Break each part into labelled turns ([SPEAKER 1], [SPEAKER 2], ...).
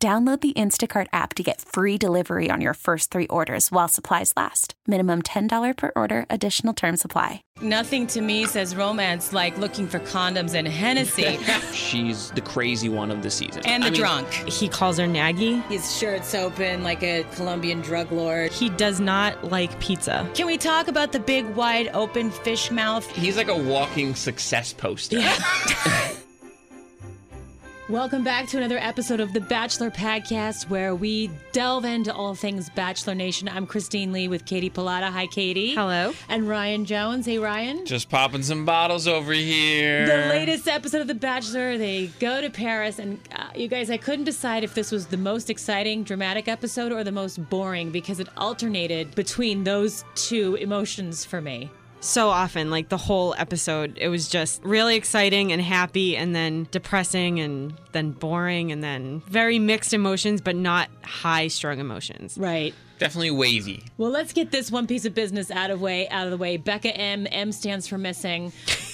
[SPEAKER 1] Download the Instacart app to get free delivery on your first three orders while supplies last. Minimum $10 per order, additional term supply.
[SPEAKER 2] Nothing to me says romance like looking for condoms and Hennessy
[SPEAKER 3] She's the crazy one of the season.
[SPEAKER 2] and the
[SPEAKER 3] I mean,
[SPEAKER 2] drunk.
[SPEAKER 4] He calls her Naggy.
[SPEAKER 5] His shirt's open like a Colombian drug lord.
[SPEAKER 4] He does not like pizza.
[SPEAKER 2] Can we talk about the big wide open fish mouth?
[SPEAKER 3] He's like a walking success poster.
[SPEAKER 2] Welcome back to another episode of the Bachelor Podcast where we delve into all things Bachelor Nation. I'm Christine Lee with Katie Pilata. Hi, Katie.
[SPEAKER 4] Hello.
[SPEAKER 2] And Ryan Jones. Hey, Ryan.
[SPEAKER 6] Just popping some bottles over here.
[SPEAKER 2] The latest episode of The Bachelor, they go to Paris, and uh, you guys, I couldn't decide if this was the most exciting, dramatic episode or the most boring because it alternated between those two emotions for me.
[SPEAKER 4] So often, like the whole episode, it was just really exciting and happy, and then depressing, and then boring, and then very mixed emotions, but not high strung emotions.
[SPEAKER 2] Right.
[SPEAKER 6] Definitely wavy.
[SPEAKER 2] Well, let's get this one piece of business out of way out of the way. Becca M. M stands for missing.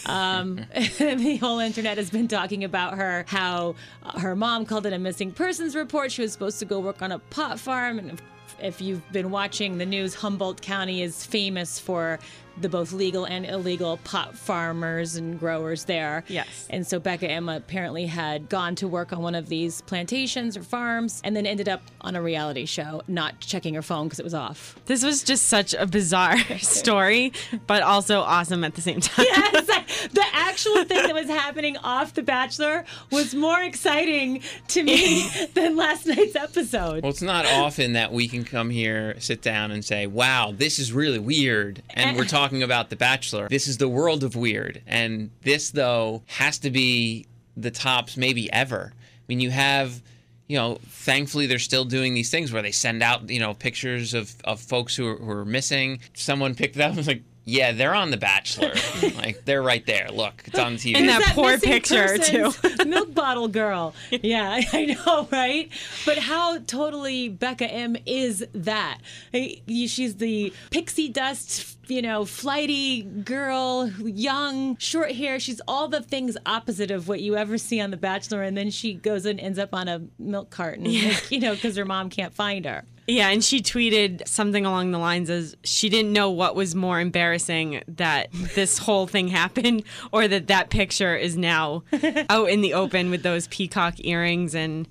[SPEAKER 2] Um, the whole internet has been talking about her. How uh, her mom called it a missing persons report. She was supposed to go work on a pot farm, and if, if you've been watching the news, Humboldt County is famous for the both legal and illegal pot farmers and growers there.
[SPEAKER 4] Yes.
[SPEAKER 2] And so Becca Emma apparently had gone to work on one of these plantations or farms and then ended up on a reality show, not checking her phone because it was off.
[SPEAKER 4] This was just such a bizarre story, but also awesome at the same time.
[SPEAKER 2] It's like the actual thing that was happening off The Bachelor was more exciting to me than last night's episode.
[SPEAKER 6] Well, it's not often that we can come here, sit down, and say, wow, this is really weird. And we're talking about The Bachelor. This is the world of weird. And this, though, has to be the tops maybe ever. I mean, you have. You know, thankfully they're still doing these things where they send out, you know, pictures of, of folks who are, who are missing. Someone picked that up and was like, yeah, they're on The Bachelor. like, they're right there. Look, it's on TV.
[SPEAKER 4] And that
[SPEAKER 2] It's
[SPEAKER 4] poor
[SPEAKER 2] missing
[SPEAKER 4] picture, too.
[SPEAKER 2] person's milk bottle girl. Yeah, I know, right? But how totally Becca M is that? Hey, you- She's the pixie dust, you know, flighty girl, young, short hair. She's all the things opposite of what you ever see on The Bachelor, and then she goes and ends up on a milk carton, like, you know, because her mom can't find her.
[SPEAKER 4] Yeah, and she tweeted something along the lines as she didn't know what was more embarrassing that this whole thing happened or that that picture is now out in the open with those peacock earrings and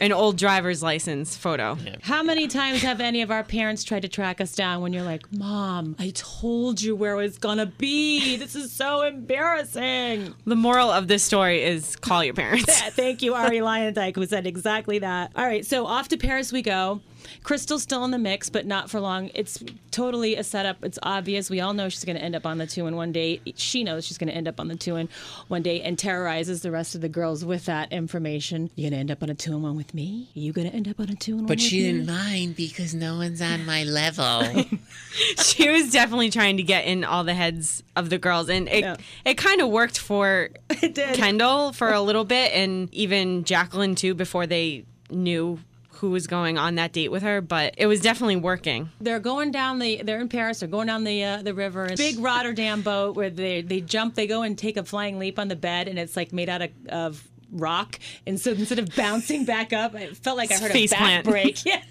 [SPEAKER 4] an old driver's license photo.
[SPEAKER 2] How many times have any of our parents tried to track us down when you're like, Mom, I told you where it was gonna be. This is so embarrassing.
[SPEAKER 4] The moral of this story is call your parents.
[SPEAKER 2] Thank you, Ari Lyondike, who said exactly that. All right, so off to Paris we go. Crystal's still in the mix, but not for long. It's totally a setup. It's obvious. We all know she's going to end up on the two in one date. She knows she's going to end up on the two in one date and terrorizes the rest of the girls with that information. You going to end up on a two in one with me? You going to end up on a two in one?
[SPEAKER 6] But
[SPEAKER 2] with
[SPEAKER 6] she
[SPEAKER 2] me?
[SPEAKER 6] didn't mind because no one's on my level.
[SPEAKER 4] she was definitely trying to get in all the heads of the girls and it it kind of worked for Kendall for a little bit and even Jacqueline too before they knew who was going on that date with her, but it was definitely working.
[SPEAKER 2] they're going down the they're in Paris. They're going down the uh, the river. It's a big Rotterdam boat where they they jump. They go and take a flying leap on the bed, and it's like made out of. of rock and so instead of bouncing back up it felt like i heard
[SPEAKER 4] Face
[SPEAKER 2] a back
[SPEAKER 4] plant.
[SPEAKER 2] break yeah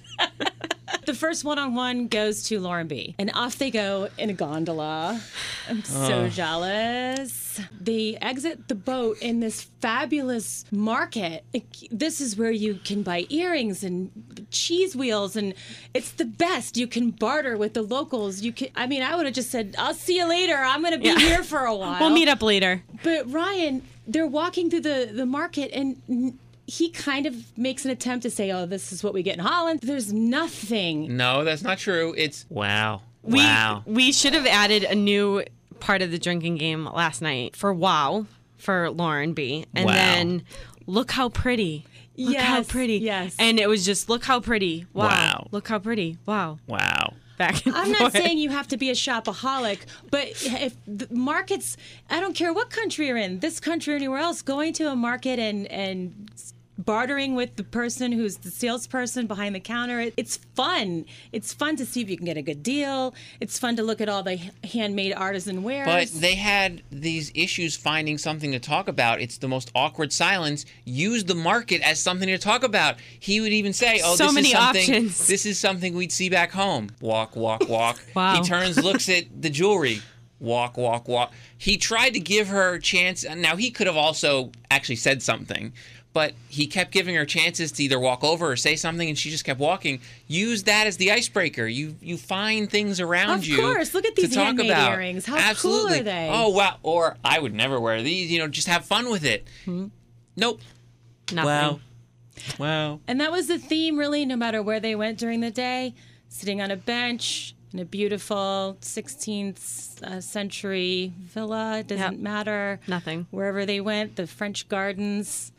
[SPEAKER 2] the first one-on-one goes to lauren b and off they go in a gondola i'm so jealous they exit the boat in this fabulous market Like, this is where you can buy earrings and cheese wheels and it's the best you can barter with the locals you can i mean i would have just said i'll see you later i'm gonna be here for a while
[SPEAKER 4] We'll meet up later.
[SPEAKER 2] but Ryan, they're walking through the, the market and n- he kind of makes an attempt to say, oh, this is what we get in Holland. There's nothing.
[SPEAKER 6] No, that's not true. It's wow.
[SPEAKER 4] We,
[SPEAKER 6] wow.
[SPEAKER 4] we should have added a new part of the drinking game last night for wow for Lauren B. And
[SPEAKER 6] Wow.
[SPEAKER 4] then look how pretty. look how
[SPEAKER 2] Yes,
[SPEAKER 4] pretty.
[SPEAKER 2] yes.
[SPEAKER 4] And it was just, look how pretty. Wow.
[SPEAKER 6] Wow.
[SPEAKER 4] Look how pretty. Wow.
[SPEAKER 6] Wow.
[SPEAKER 4] Back and
[SPEAKER 2] I'm not
[SPEAKER 4] forth.
[SPEAKER 2] saying you have to be a shopaholic, but if the markets, I don't care what country you're in, this country or anywhere else, going to a market and and bartering with the person who's the salesperson behind the counter, it, it's fun. It's fun to see if you can get a good deal. It's fun to look at all the h- handmade artisan wares.
[SPEAKER 6] But they had these issues finding something to talk about. It's the most awkward silence. Use the market as something to talk about. He would even say, "Oh,
[SPEAKER 4] So
[SPEAKER 6] this
[SPEAKER 4] many
[SPEAKER 6] is something.
[SPEAKER 4] options.
[SPEAKER 6] This is something we'd see back home." Walk, walk, walk.
[SPEAKER 4] Wow.
[SPEAKER 6] He turns, looks at the jewelry. Walk, walk, walk. He tried to give her a chance. Now he could have also actually said something, but he kept giving her chances to either walk over or say something, and she just kept walking. Use that as the icebreaker. You you find things around
[SPEAKER 2] Of
[SPEAKER 6] you.
[SPEAKER 2] course. Look at
[SPEAKER 6] to
[SPEAKER 2] these
[SPEAKER 6] talk
[SPEAKER 2] handmade
[SPEAKER 6] about.
[SPEAKER 2] earrings. How cool are
[SPEAKER 6] Absolutely.
[SPEAKER 2] they?
[SPEAKER 6] Oh wow! Or I would never wear these. You know, just have fun with it.
[SPEAKER 2] Hmm.
[SPEAKER 6] Nope.
[SPEAKER 4] Nothing.
[SPEAKER 6] Wow. Wow.
[SPEAKER 2] And that was the theme, really, no matter where they went during the day, sitting on a bench in a beautiful 16th uh, century villa, doesn't
[SPEAKER 4] Yep.
[SPEAKER 2] matter.
[SPEAKER 4] Nothing.
[SPEAKER 2] Wherever they went, the French gardens.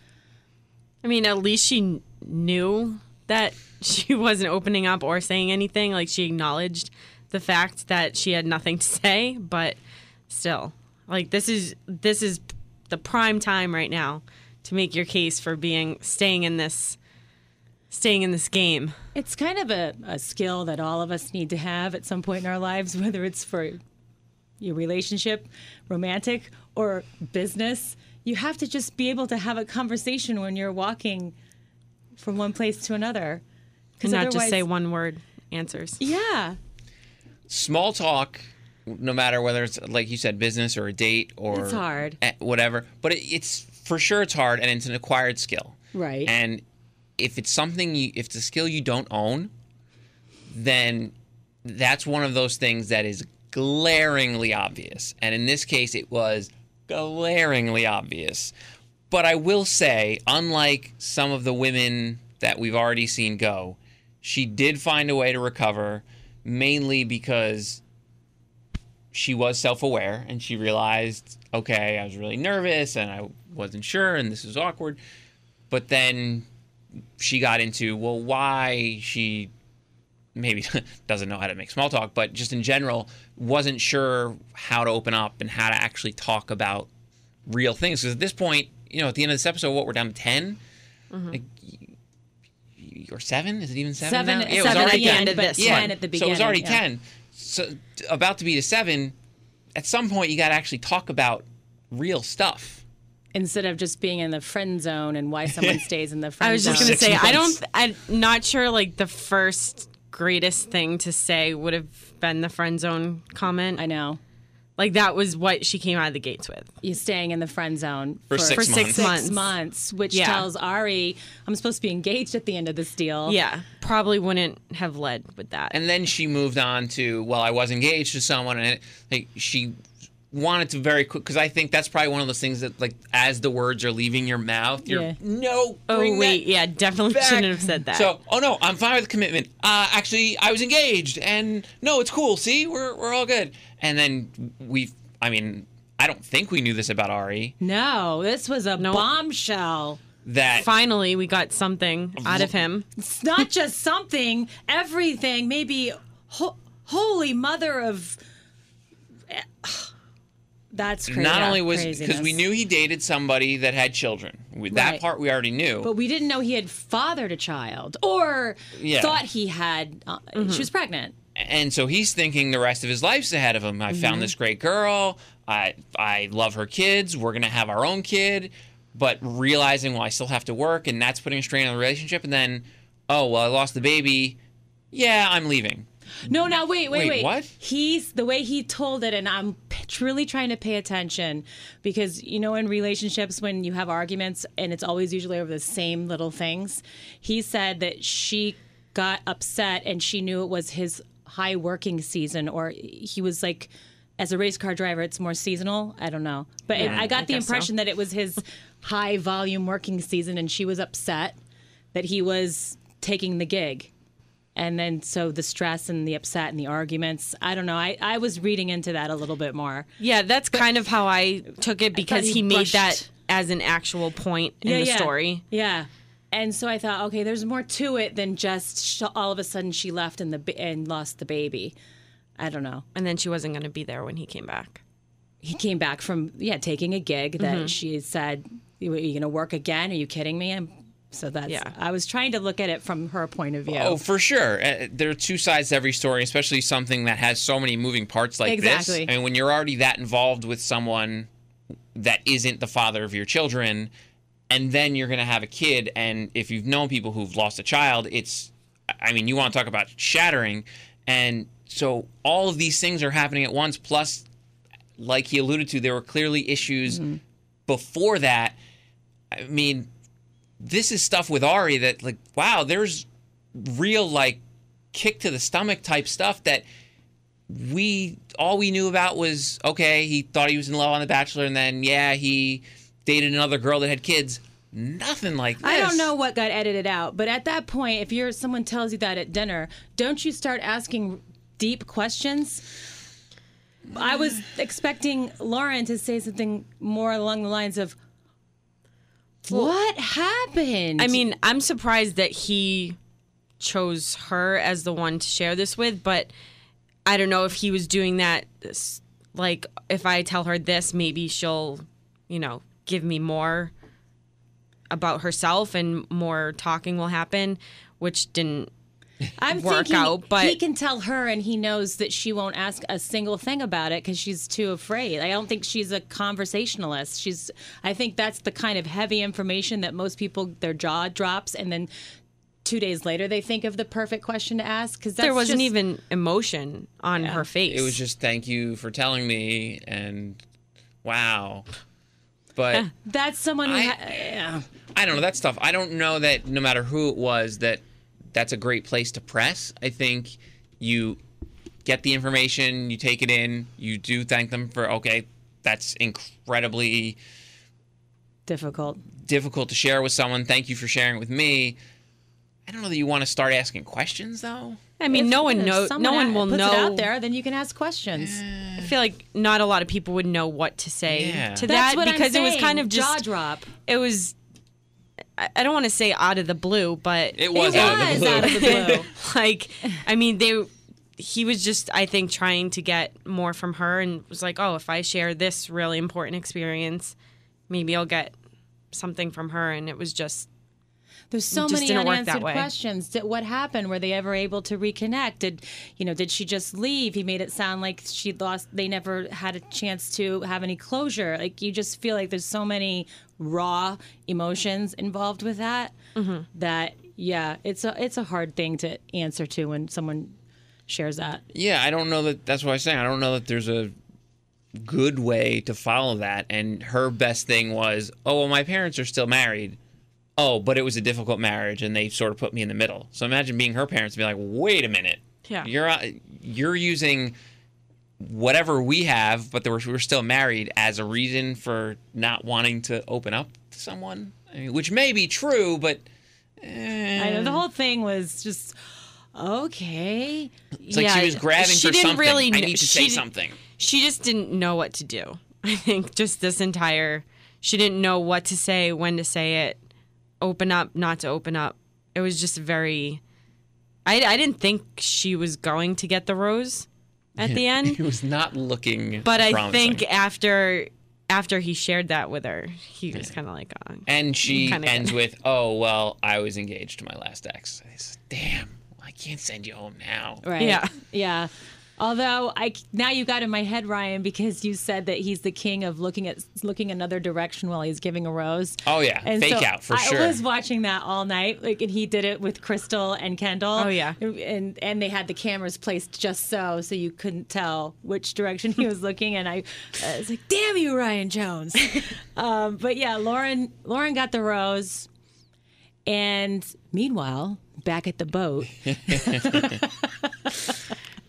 [SPEAKER 4] I mean, at least she kn- knew that she wasn't opening up or saying anything. Like she acknowledged the fact that she had nothing to say, but still, like this is this is the prime time right now to make your case for being staying in this staying in this game.
[SPEAKER 2] It's kind of a, a skill that all of us need to have at some point in our lives, whether it's for your relationship, romantic, or business. You have to just be able to have a conversation when you're walking from one place to another.
[SPEAKER 4] And
[SPEAKER 2] Because
[SPEAKER 4] not just say one word answers.
[SPEAKER 2] Yeah.
[SPEAKER 6] Small talk. No matter whether it's like you said, business or a date or
[SPEAKER 2] It's hard.
[SPEAKER 6] eh, whatever. But it, it's for sure it's hard, and it's an acquired skill.
[SPEAKER 2] Right.
[SPEAKER 6] And if it's something, you, if it's a skill you don't own, then that's one of those things that is glaringly obvious. And in this case, it was glaringly obvious. But I will say, unlike some of the women that we've already seen go, she did find a way to recover, mainly because she was self-aware and she realized, okay, I was really nervous and I wasn't sure and this was awkward. But then she got into, well, why she maybe doesn't know how to make small talk, but just in general wasn't sure how to open up and how to actually talk about real things. Because at this point, you know, at the end of this episode, what we're down to 10
[SPEAKER 2] Mm-hmm.
[SPEAKER 6] Like, y- y- or seven? Is it even seven?
[SPEAKER 2] Seven,
[SPEAKER 6] now?
[SPEAKER 2] seven
[SPEAKER 6] it was
[SPEAKER 2] at
[SPEAKER 6] already
[SPEAKER 2] the
[SPEAKER 6] 10.
[SPEAKER 2] end,
[SPEAKER 4] of
[SPEAKER 2] but
[SPEAKER 4] this
[SPEAKER 2] ten at the beginning.
[SPEAKER 6] So it was already
[SPEAKER 2] yeah.
[SPEAKER 6] 10. So t- about to be to 7. At some point, you got to actually talk about real stuff.
[SPEAKER 2] Instead of just being in the friend zone and why someone stays in the friend
[SPEAKER 4] I was just
[SPEAKER 2] zone.
[SPEAKER 4] gonna say I
[SPEAKER 6] months.
[SPEAKER 4] don't. I'm not sure. Like the first greatest thing to say would have been the friend zone comment.
[SPEAKER 2] I know.
[SPEAKER 4] Like that was what she came out of the gates with.
[SPEAKER 2] You're staying in the friend zone
[SPEAKER 6] For six
[SPEAKER 4] For six
[SPEAKER 6] months.
[SPEAKER 4] months.
[SPEAKER 2] months, which
[SPEAKER 4] Yeah.
[SPEAKER 2] tells Ari, I'm supposed to be engaged at the end of this deal.
[SPEAKER 4] Yeah, probably wouldn't have led with that.
[SPEAKER 6] And then she moved on to, well, I was engaged to someone, and like she wanted to very quick because I think that's probably one of those things that like as the words are leaving your mouth, you're
[SPEAKER 2] Yeah.
[SPEAKER 6] no.
[SPEAKER 4] oh
[SPEAKER 6] bring
[SPEAKER 4] wait,
[SPEAKER 6] that
[SPEAKER 4] yeah, definitely
[SPEAKER 6] back."
[SPEAKER 4] shouldn't have said that.
[SPEAKER 6] So, oh no, I'm fine with the commitment. Uh, actually, I was engaged, and no, it's cool. See, we're we're all good. And then we, I mean, I don't think we knew this about Ari
[SPEAKER 2] No, this was a bombshell.
[SPEAKER 6] that
[SPEAKER 4] Finally, we got something out of him.
[SPEAKER 2] It's not just something, everything, maybe ho- holy mother of. eh, That's crazy.
[SPEAKER 6] not only was because
[SPEAKER 2] craziness.
[SPEAKER 6] we knew he dated somebody that had children. We,
[SPEAKER 2] Right.
[SPEAKER 6] That part we already knew.
[SPEAKER 2] but we didn't know he had fathered a child or
[SPEAKER 6] Yeah.
[SPEAKER 2] thought he had uh, she was pregnant
[SPEAKER 6] and so he's thinking the rest of his life's ahead of him. I
[SPEAKER 2] Mm-hmm.
[SPEAKER 6] found this great girl. I I love her kids. We're gonna have our own kid, but realizing well I still have to work, and that's putting a strain on the relationship. And then, oh well, I lost the baby. Yeah, I'm leaving.
[SPEAKER 2] no no wait wait
[SPEAKER 6] Wait,
[SPEAKER 2] wait,
[SPEAKER 6] what?
[SPEAKER 2] he's the way he told it and i'm p- truly trying to pay attention because you know in relationships when you have arguments and it's always usually over the same little things he said that she got upset and she knew it was his high working season or he was like as a race car driver it's more seasonal i don't know but it- i got the
[SPEAKER 4] guess so.
[SPEAKER 2] impression that it was his high volume working season and she was upset that he was taking the gig. And then so the stress and the upset and the arguments. I don't know. I, I was reading into that a little bit more.
[SPEAKER 4] Yeah, that's kind of how I took it because
[SPEAKER 2] he
[SPEAKER 4] he, made
[SPEAKER 2] brushed-
[SPEAKER 4] that as an actual point in the story.
[SPEAKER 2] Yeah. And so I thought, okay, there's more to it than just sh- all of a sudden she left and the ba- and lost the baby. I don't know.
[SPEAKER 4] And then she wasn't going to be there when he came back.
[SPEAKER 2] He came back from yeah taking a gig that
[SPEAKER 4] Mm-hmm.
[SPEAKER 2] she had said, "You- "Are you going to work again? Are you kidding me?" And so that's
[SPEAKER 4] Yeah.
[SPEAKER 2] I was trying to look at it from her point of view.
[SPEAKER 6] Oh, for sure. Uh, there are two sides to every story, especially something that has so many moving parts like
[SPEAKER 2] Exactly.
[SPEAKER 6] this. I mean, when you're already that involved with someone that isn't the father of your children, and then you're going to have a kid, and if you've known people who've lost a child, it's, I mean, you want to talk about shattering. And so all of these things are happening at once. Plus, like he alluded to, there were clearly issues before that. I mean, this is stuff with Ari that, like, wow, there's real like kick to the stomach type stuff that we all we knew about was okay he thought he was in love on the bachelor and then yeah he dated another girl that had kids nothing like this
[SPEAKER 2] I don't know what got edited out, but at that point, if you're someone tells you that at dinner, don't you start asking deep questions? I was expecting Lauren to say something more along the lines of, "What happened?"
[SPEAKER 4] I mean, I'm surprised that he chose her as the one to share this with, but I don't know if he was doing that. s- Like, if I tell her this, maybe she'll, you know, give me more about herself and more talking will happen, which didn't.
[SPEAKER 2] I'm
[SPEAKER 4] work
[SPEAKER 2] thinking
[SPEAKER 4] out, but-
[SPEAKER 2] he can tell her, and he knows that she won't ask a single thing about it because she's too afraid. I don't think she's a conversationalist. She's, I think that's the kind of heavy information that most people their jaw drops, and then two days later they think of the perfect question to ask because
[SPEAKER 4] there wasn't even emotion on her face.
[SPEAKER 6] it was just thank you for telling me and wow but
[SPEAKER 2] that's someone who.
[SPEAKER 6] I-
[SPEAKER 2] ha- yeah.
[SPEAKER 6] I don't know that stuff. I don't know that no matter who it was that that's a great place to press. I think you get the information, you take it in, you do thank them for okay, that's incredibly
[SPEAKER 2] Difficult.
[SPEAKER 6] difficult to share with someone. Thank you for sharing with me. I don't know that you want to start asking questions though.
[SPEAKER 4] I mean, no one
[SPEAKER 2] If
[SPEAKER 4] knows. No
[SPEAKER 2] someone a-
[SPEAKER 4] one
[SPEAKER 2] puts
[SPEAKER 4] will know.
[SPEAKER 2] it out there, then you can ask questions.
[SPEAKER 4] I feel like not a lot of people would know what to say
[SPEAKER 6] Yeah.
[SPEAKER 4] to
[SPEAKER 2] That's
[SPEAKER 4] that
[SPEAKER 2] what I'm
[SPEAKER 4] because it was
[SPEAKER 2] saying,
[SPEAKER 4] kind of just
[SPEAKER 2] jaw drop.
[SPEAKER 4] it was I I don't want to say out of the blue, but
[SPEAKER 6] It was out of the
[SPEAKER 2] was
[SPEAKER 6] blue.
[SPEAKER 2] out of the blue.
[SPEAKER 4] like I mean they he was just I think trying to get more from her and was like, "Oh, if I share this really important experience, maybe I'll get something from her." And it was just
[SPEAKER 2] There's so
[SPEAKER 4] just
[SPEAKER 2] many
[SPEAKER 4] didn't work that
[SPEAKER 2] unanswered
[SPEAKER 4] way.
[SPEAKER 2] questions. Did, what happened? Were they ever able to reconnect? Did you know? Did she just leave? He made it sound like she lost. They never had a chance to have any closure. Like you just feel like there's so many raw emotions involved with that.
[SPEAKER 4] Mm-hmm.
[SPEAKER 2] That yeah, it's a it's a hard thing to answer to when someone shares that.
[SPEAKER 6] Yeah, I don't know that that's what I was saying. I don't know that there's a good way to follow that. And her best thing was, oh, well, my parents are still married. Oh, but it was a difficult marriage, and they sort of put me in the middle. So imagine being her parents and be like, wait a minute,
[SPEAKER 4] Yeah.
[SPEAKER 6] you're uh, you're using whatever we have, but there were, we're still married as a reason for not wanting to open up to someone, I mean, which may be true, but
[SPEAKER 2] I know the whole thing was just okay.
[SPEAKER 6] it's like she was grabbing
[SPEAKER 4] she
[SPEAKER 6] for
[SPEAKER 4] didn't
[SPEAKER 6] something.
[SPEAKER 4] really
[SPEAKER 6] I
[SPEAKER 4] kn-
[SPEAKER 6] need to
[SPEAKER 4] she
[SPEAKER 6] say
[SPEAKER 4] didn't-
[SPEAKER 6] something.
[SPEAKER 4] she just didn't know what to do. I think just this entire she didn't know what to say, when to say it, open up, not to open up. It was just very I, I didn't think she was going to get the rose at the
[SPEAKER 6] It
[SPEAKER 4] end,
[SPEAKER 6] was not looking.
[SPEAKER 4] but I
[SPEAKER 6] promising.
[SPEAKER 4] think after after he shared that with her, he was kind of like, oh,
[SPEAKER 6] And she
[SPEAKER 2] Mm,
[SPEAKER 4] Kinda
[SPEAKER 6] ends with, "Oh well, I was engaged to my last ex." I said, Damn, I can't send you home now.
[SPEAKER 2] Right.
[SPEAKER 4] Yeah.
[SPEAKER 2] Yeah. Although I now you got in my head, Ryan, because you said that he's the king of looking at looking another direction while he's giving a rose.
[SPEAKER 6] Oh yeah,
[SPEAKER 2] And
[SPEAKER 6] fake
[SPEAKER 2] so
[SPEAKER 6] out for
[SPEAKER 2] I
[SPEAKER 6] sure.
[SPEAKER 2] was watching that all night, like, and he did it with Crystal and Kendall.
[SPEAKER 4] Oh, yeah.
[SPEAKER 2] and and they had the cameras placed just so, so you couldn't tell which direction he was looking. And I, uh, I was like, "Damn you, Ryan Jones!" um, but yeah, Lauren Lauren got the rose, and meanwhile, back at the boat,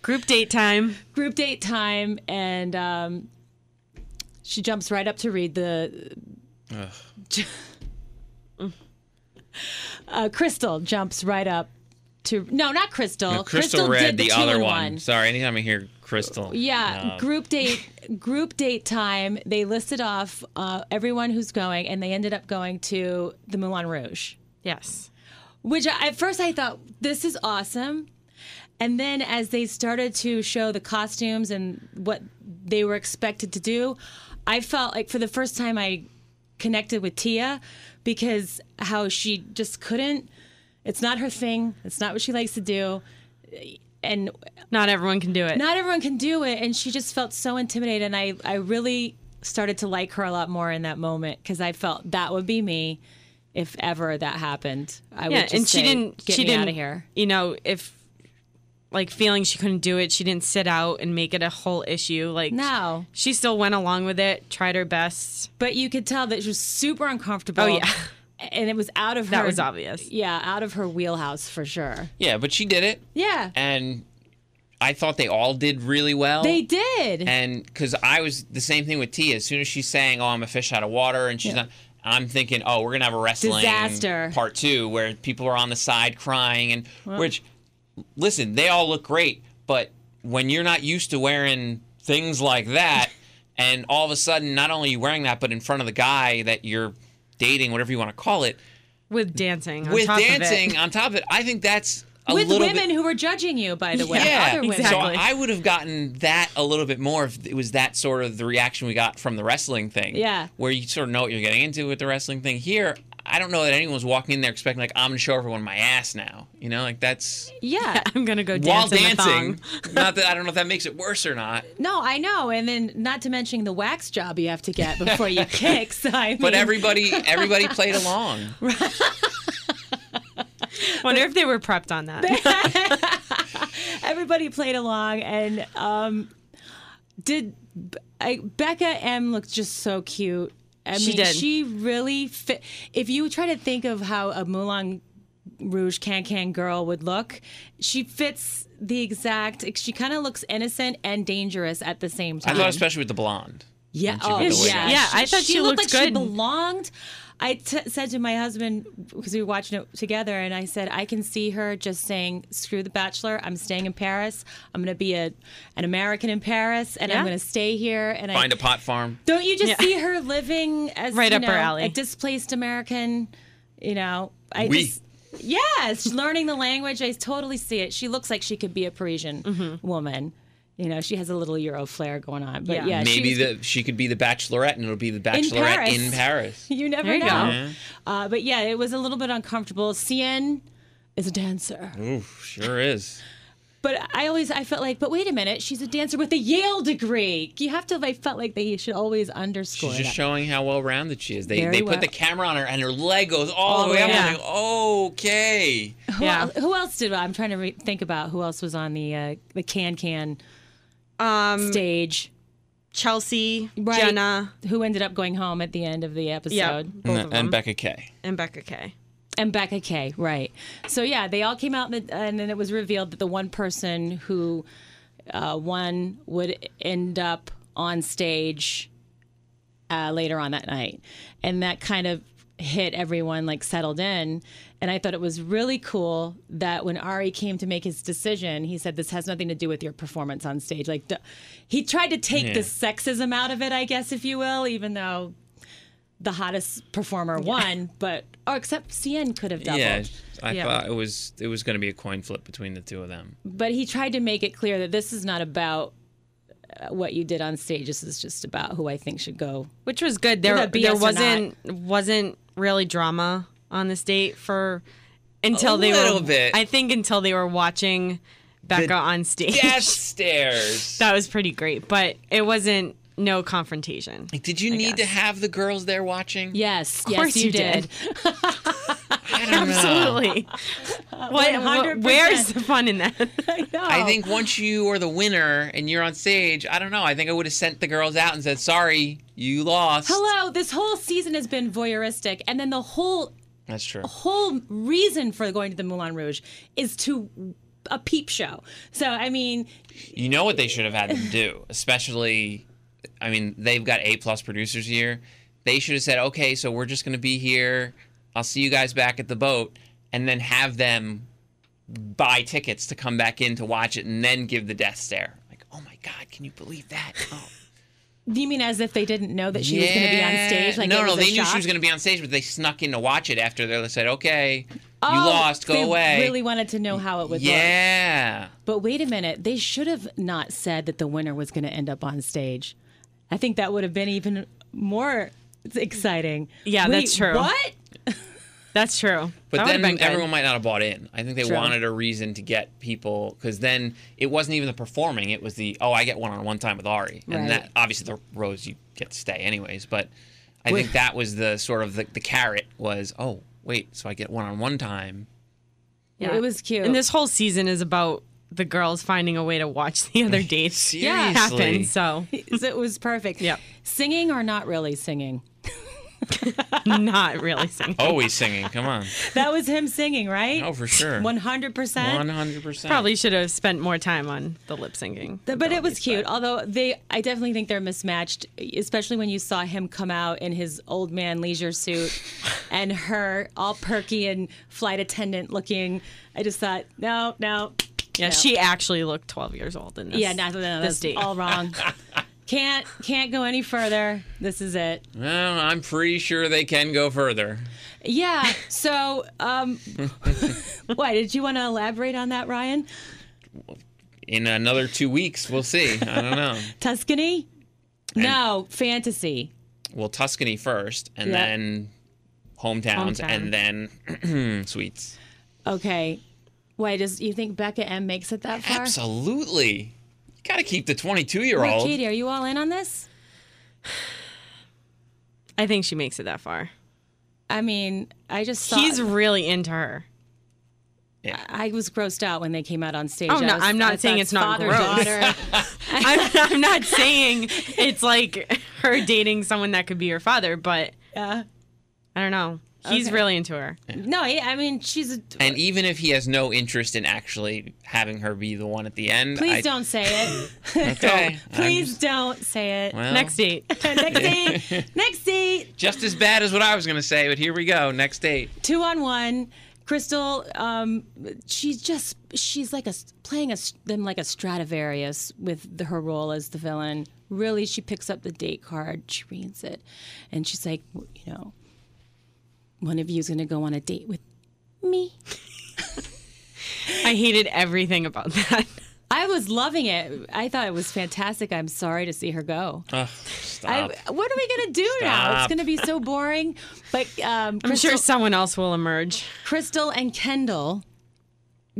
[SPEAKER 4] group date time.
[SPEAKER 2] group date time, and um, she jumps right up to read the. uh, Crystal jumps right up to no, not Crystal.
[SPEAKER 6] Crystal,
[SPEAKER 2] did
[SPEAKER 6] read the,
[SPEAKER 2] two
[SPEAKER 6] other
[SPEAKER 2] in
[SPEAKER 6] one. Sorry, anytime I hear Crystal,
[SPEAKER 2] Yeah,
[SPEAKER 6] no.
[SPEAKER 2] group date, group date time. They listed off uh, everyone who's going, and they ended up going to the Moulin Rouge.
[SPEAKER 4] Yes.
[SPEAKER 2] which I- at first I thought this is awesome. And then as they started to show the costumes and what they were expected to do, I felt like for the first time I connected with Tia because how she just couldn't it's not her thing, it's not what she likes to do. And
[SPEAKER 4] Not everyone can do it.
[SPEAKER 2] not everyone can do it and she just felt so intimidated and I I really started to like her a lot more in that moment cuz I felt that would be me if ever that happened. I would
[SPEAKER 4] yeah,
[SPEAKER 2] just
[SPEAKER 4] and she
[SPEAKER 2] say,
[SPEAKER 4] didn't.
[SPEAKER 2] get
[SPEAKER 4] she
[SPEAKER 2] me
[SPEAKER 4] didn't.
[SPEAKER 2] out of here.
[SPEAKER 4] You know, if like feeling she couldn't do it, she didn't sit out and make it a whole issue. Like
[SPEAKER 2] No.
[SPEAKER 4] she still went along with it, tried her best.
[SPEAKER 2] But you could tell that she was super uncomfortable.
[SPEAKER 4] Oh, yeah.
[SPEAKER 2] And it was out of her
[SPEAKER 4] That was obvious.
[SPEAKER 2] Yeah, out of her wheelhouse for sure.
[SPEAKER 6] Yeah, but she did it,
[SPEAKER 2] Yeah.
[SPEAKER 6] and I thought they all did really well.
[SPEAKER 2] They did.
[SPEAKER 6] and because I was the same thing with Tia. As soon as she's saying, "Oh, I'm a fish out of water," and she's not, I'm thinking, "Oh, we're gonna have a wrestling
[SPEAKER 2] Disaster.
[SPEAKER 6] part two where people are on the side crying." And which, listen, they all look great, but when you're not used to wearing things like that, and all of a sudden, not only are you wearing that, but in front of the guy that you're dating, whatever you want to call it,
[SPEAKER 4] with dancing. On
[SPEAKER 6] with
[SPEAKER 4] top
[SPEAKER 6] dancing
[SPEAKER 4] of it.
[SPEAKER 6] on top of it, I think that's a
[SPEAKER 2] With
[SPEAKER 6] little
[SPEAKER 2] women
[SPEAKER 6] bit.
[SPEAKER 2] who were judging you, by the way.
[SPEAKER 6] Yeah,
[SPEAKER 2] Other women.
[SPEAKER 6] so
[SPEAKER 4] exactly.
[SPEAKER 6] I would have gotten that a little bit more if it was that sort of the reaction we got from the wrestling thing.
[SPEAKER 2] Yeah.
[SPEAKER 6] where you sort of know what you're getting into with the wrestling thing. Here, I don't know that anyone's walking in there expecting like I'm gonna show everyone my ass now. You know, like that's
[SPEAKER 2] Yeah.
[SPEAKER 4] I'm gonna go
[SPEAKER 6] while
[SPEAKER 4] dance in the
[SPEAKER 6] dancing.
[SPEAKER 4] thong.
[SPEAKER 6] not that I don't know if that makes it worse or not,
[SPEAKER 2] No, I know. And then not to mention the wax job you have to get before you kick. So I mean,
[SPEAKER 6] but everybody everybody played along.
[SPEAKER 4] Wonder if they were prepped on that.
[SPEAKER 2] everybody played along and um did I, becca m looked just so cute i
[SPEAKER 4] She
[SPEAKER 2] mean
[SPEAKER 4] did.
[SPEAKER 2] she really fit if you try to think of how a moulin rouge can can girl would look she fits the exact she kind of looks innocent and dangerous at the same
[SPEAKER 6] I
[SPEAKER 2] time
[SPEAKER 6] thought especially with the blonde.
[SPEAKER 2] yeah,
[SPEAKER 6] she with the wig
[SPEAKER 4] on. oh, Yeah, I thought she looked
[SPEAKER 2] like she
[SPEAKER 4] good.
[SPEAKER 2] belonged. I t- said to my husband because we were watching it together, and I said, "I can see her just saying, screw the Bachelor. I'm staying in Paris. I'm going to be a an American in Paris, and
[SPEAKER 4] Yeah.
[SPEAKER 2] I'm going to stay here." And
[SPEAKER 6] Find
[SPEAKER 2] I
[SPEAKER 6] a pot farm.
[SPEAKER 2] don't you just
[SPEAKER 4] Yeah.
[SPEAKER 2] see her living as
[SPEAKER 4] Right
[SPEAKER 2] you
[SPEAKER 4] up her
[SPEAKER 2] know,
[SPEAKER 4] alley.
[SPEAKER 2] a displaced American? You know, I
[SPEAKER 6] We.
[SPEAKER 2] just yes, she's learning the language. I totally see it. She looks like she could be a Parisian woman. You know, she has a little Euro flair going on, but
[SPEAKER 4] Mm-hmm. Yeah.
[SPEAKER 2] yeah, she
[SPEAKER 6] Maybe
[SPEAKER 2] was-
[SPEAKER 6] the she could be the Bachelorette, and it'll be the Bachelorette
[SPEAKER 2] Paris.
[SPEAKER 6] in Paris.
[SPEAKER 2] You never
[SPEAKER 4] There you
[SPEAKER 2] know.
[SPEAKER 4] go. Yeah.
[SPEAKER 2] Uh, but yeah, it was a little bit uncomfortable. Cien is a dancer,
[SPEAKER 6] Ooh, sure is.
[SPEAKER 2] but I always I felt like, but wait a minute, she's a dancer with a Yale degree. You have to. I felt like they should always underscore
[SPEAKER 6] She's just
[SPEAKER 2] that.
[SPEAKER 6] showing how well rounded she is. They
[SPEAKER 2] Very
[SPEAKER 6] they put
[SPEAKER 2] well.
[SPEAKER 6] the camera on her and her leg goes all, the way up.
[SPEAKER 4] Oh, yeah.
[SPEAKER 6] I'm like, okay.
[SPEAKER 2] who,
[SPEAKER 4] Yeah.
[SPEAKER 2] el- who else did? I'm trying to re- think about who else was on the uh, the can can
[SPEAKER 4] Um,
[SPEAKER 2] stage.
[SPEAKER 4] Chelsea,
[SPEAKER 2] Right.
[SPEAKER 4] Jenna,
[SPEAKER 2] Who ended up going home at the end of the episode?
[SPEAKER 4] yeah, both of them,
[SPEAKER 6] And Becca K.
[SPEAKER 4] and Becca K.
[SPEAKER 2] And Becca K, right. So yeah, they all came out, in the, and then it was revealed that the one person who uh, won would end up on stage uh, later on that night, and that kind of hit everyone like settled in. And I thought it was really cool that when Ari came to make his decision, he said, "This has nothing to do with your performance on stage." Like d- he tried to take the sexism out of it, I guess, if you will, even though the hottest performer won, but or except CN could have doubled.
[SPEAKER 6] Yeah. I
[SPEAKER 4] Yeah.
[SPEAKER 6] thought it was it was gonna be a coin flip between the two of them.
[SPEAKER 2] But he tried to make it clear that this is not about uh, what you did on stage. This is just about who I think should go.
[SPEAKER 4] which was good. There,
[SPEAKER 2] that BS
[SPEAKER 4] there
[SPEAKER 2] or
[SPEAKER 4] wasn't wasn't really drama on this date for until they
[SPEAKER 6] little
[SPEAKER 4] were.
[SPEAKER 6] bit.
[SPEAKER 4] I think until they were watching Becca on stage.
[SPEAKER 6] Death stairs.
[SPEAKER 4] that was pretty great, but it wasn't no confrontation.
[SPEAKER 6] Did you need to have the girls there watching?
[SPEAKER 2] Yes, of
[SPEAKER 4] course
[SPEAKER 2] yes, you,
[SPEAKER 4] you did.
[SPEAKER 2] did.
[SPEAKER 6] I don't know.
[SPEAKER 4] Absolutely. What, what-
[SPEAKER 2] 100%.
[SPEAKER 4] where's the fun in that? Oh.
[SPEAKER 6] I think once you are the winner and you're on stage, I don't know. I think I would have sent the girls out and said, "Sorry, you lost."
[SPEAKER 2] Hello, this whole season has been voyeuristic, and then the whole
[SPEAKER 6] That's true.
[SPEAKER 2] whole reason for going to the Moulin Rouge is to a peep show. So I mean,
[SPEAKER 6] You know what they should have had them do, especially. I mean, they've got A plus producers here. They should have said, "Okay, so we're just going to be here. I'll see you guys back at the boat," and then have them buy tickets to come back in to watch it, and then give the death stare. Like, oh my god, can you believe that? Oh.
[SPEAKER 2] You mean as if they didn't know that she was going to be on stage? Like
[SPEAKER 6] no,
[SPEAKER 2] it was
[SPEAKER 6] no,
[SPEAKER 2] a
[SPEAKER 6] they knew
[SPEAKER 2] shock?
[SPEAKER 6] she was going to be on stage, but they snuck in to watch it after they said, "Okay, you
[SPEAKER 2] Oh,
[SPEAKER 6] lost, go
[SPEAKER 2] they
[SPEAKER 6] away."
[SPEAKER 2] Really wanted to know how it would look.
[SPEAKER 6] yeah,
[SPEAKER 2] But wait a minute, they should have not said that the winner was going to end up on stage. I think that would have been even more exciting.
[SPEAKER 4] Yeah,
[SPEAKER 2] Wait,
[SPEAKER 4] that's true.
[SPEAKER 2] What?
[SPEAKER 4] That's true.
[SPEAKER 6] but
[SPEAKER 4] That would've been
[SPEAKER 6] then
[SPEAKER 4] good.
[SPEAKER 6] everyone might not have bought in. I think they wanted a reason to get people because then it wasn't even the performing; it was the oh, I get one on one time with Ari, and
[SPEAKER 2] Right.
[SPEAKER 6] that obviously the rose you get to stay anyways. But I think that was the sort of the, the carrot was oh wait, so I get one on one time.
[SPEAKER 2] It was cute.
[SPEAKER 4] And this whole season is about the girls finding a way to watch the other dates
[SPEAKER 6] Yeah.
[SPEAKER 4] happen.
[SPEAKER 6] Seriously.
[SPEAKER 4] So
[SPEAKER 2] it was perfect.
[SPEAKER 4] Yep.
[SPEAKER 2] Singing or not really singing?
[SPEAKER 4] not really singing.
[SPEAKER 6] Always singing, come on,
[SPEAKER 2] That was him singing, right?
[SPEAKER 6] oh for sure,
[SPEAKER 2] One hundred percent.
[SPEAKER 6] one hundred percent,
[SPEAKER 4] Probably should have spent more time on the lip synging.
[SPEAKER 2] Th- but it was cute. Although they, I definitely think they're mismatched, especially when you saw him come out in his old man leisure suit, and her all perky and flight attendant looking. I just thought, no, no,
[SPEAKER 4] Yeah, she actually looked 12 years old in this.
[SPEAKER 2] yeah, no, no, no
[SPEAKER 4] this
[SPEAKER 2] that's
[SPEAKER 4] date.
[SPEAKER 2] all wrong. can't can't go any further. This is it.
[SPEAKER 6] Well, I'm pretty sure they can go further.
[SPEAKER 2] Yeah. So, um, why did you want to elaborate on that, Ryan?
[SPEAKER 6] In another two weeks, we'll see. I don't know.
[SPEAKER 2] Tuscany? No, fantasy.
[SPEAKER 6] Well, Tuscany first, and
[SPEAKER 2] Yeah.
[SPEAKER 6] then hometowns, and then sweets.
[SPEAKER 2] Okay. Why does you think Becca M makes it that far?
[SPEAKER 6] Absolutely. You got to keep the 22 year
[SPEAKER 2] Wait,
[SPEAKER 6] old.
[SPEAKER 2] Katie, are you all in on this?
[SPEAKER 4] I think she makes it that far.
[SPEAKER 2] I mean, I just saw.
[SPEAKER 4] He's really into her.
[SPEAKER 2] I was grossed out when they came out on stage.
[SPEAKER 4] Oh, no,
[SPEAKER 2] I was-
[SPEAKER 4] I'm not
[SPEAKER 2] I
[SPEAKER 4] saying
[SPEAKER 2] thought
[SPEAKER 4] it's not
[SPEAKER 2] father,
[SPEAKER 4] gross.
[SPEAKER 2] Daughter.
[SPEAKER 4] I'm, I'm not saying it's like her dating someone that could be her father, but
[SPEAKER 2] Yeah.
[SPEAKER 4] I don't know. He's really into her.
[SPEAKER 2] No, I, I mean she's. A,
[SPEAKER 6] And even if he has no interest in actually having her be the one at the end,
[SPEAKER 2] please
[SPEAKER 6] I-
[SPEAKER 2] don't say it.
[SPEAKER 6] Okay. I'm
[SPEAKER 2] please
[SPEAKER 6] just-
[SPEAKER 2] don't say it.
[SPEAKER 6] well,
[SPEAKER 4] Next date.
[SPEAKER 2] next date. Next date.
[SPEAKER 6] Just as bad as what I was going to say, but here we go. Next date.
[SPEAKER 2] Two on one. Crystal, um, she's just she's like a playing a them like a Stradivarius with the, her role as the villain. Really, she picks up the date card, she reads it, and she's like, you know, one of you's gonna go on a date with me.
[SPEAKER 4] I hated everything about that.
[SPEAKER 2] I was loving it. I thought it was fantastic. I'm sorry to see her go.
[SPEAKER 6] Ugh, stop.
[SPEAKER 2] I, what are we gonna do now? It's
[SPEAKER 6] Stop.
[SPEAKER 2] gonna be so boring. But um,
[SPEAKER 4] I'm
[SPEAKER 2] Crystal,
[SPEAKER 4] sure someone else will emerge.
[SPEAKER 2] Crystal and Kendall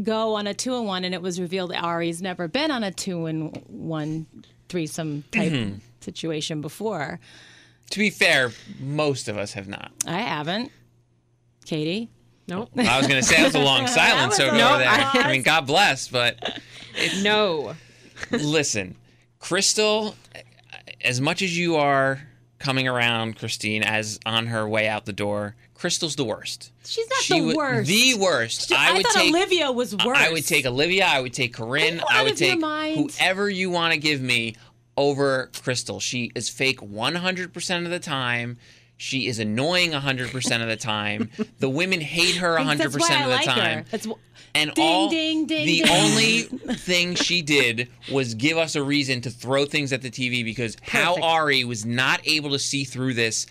[SPEAKER 2] go on a two and one, and it was revealed Ari's never been on a two and one threesome type
[SPEAKER 6] Mm-hmm.
[SPEAKER 2] situation before.
[SPEAKER 6] to be fair, most of us have not.
[SPEAKER 2] I haven't, Katie.
[SPEAKER 4] Nope.
[SPEAKER 6] I was gonna say that was a long silence
[SPEAKER 2] That was
[SPEAKER 6] over
[SPEAKER 2] a long
[SPEAKER 6] there. I mean, God bless, but
[SPEAKER 4] No.
[SPEAKER 6] listen, Crystal, as much as you are coming around Christine as on her way out the door, Crystal's the worst.
[SPEAKER 2] She's not
[SPEAKER 6] She
[SPEAKER 2] the
[SPEAKER 6] wa-
[SPEAKER 2] worst.
[SPEAKER 6] The worst.
[SPEAKER 2] I,
[SPEAKER 6] I would
[SPEAKER 2] thought
[SPEAKER 6] take
[SPEAKER 2] Olivia was worse.
[SPEAKER 6] I would take Olivia, I would take
[SPEAKER 2] Are
[SPEAKER 6] Corinne,
[SPEAKER 2] you
[SPEAKER 6] I
[SPEAKER 2] out
[SPEAKER 6] would
[SPEAKER 2] of your
[SPEAKER 6] take
[SPEAKER 2] mind?
[SPEAKER 6] whoever you want to give me over Crystal. She is fake 100% of the time. She is annoying 100% of the time. the women hate her 100%
[SPEAKER 2] That's why I
[SPEAKER 6] of the
[SPEAKER 2] like
[SPEAKER 6] time.
[SPEAKER 2] her. That's wh-
[SPEAKER 6] And
[SPEAKER 2] Ding,
[SPEAKER 6] all
[SPEAKER 2] ding, ding,
[SPEAKER 6] the
[SPEAKER 2] ding.
[SPEAKER 6] only thing she did was give us a reason to throw things at the TV because how Ari was not able to see through this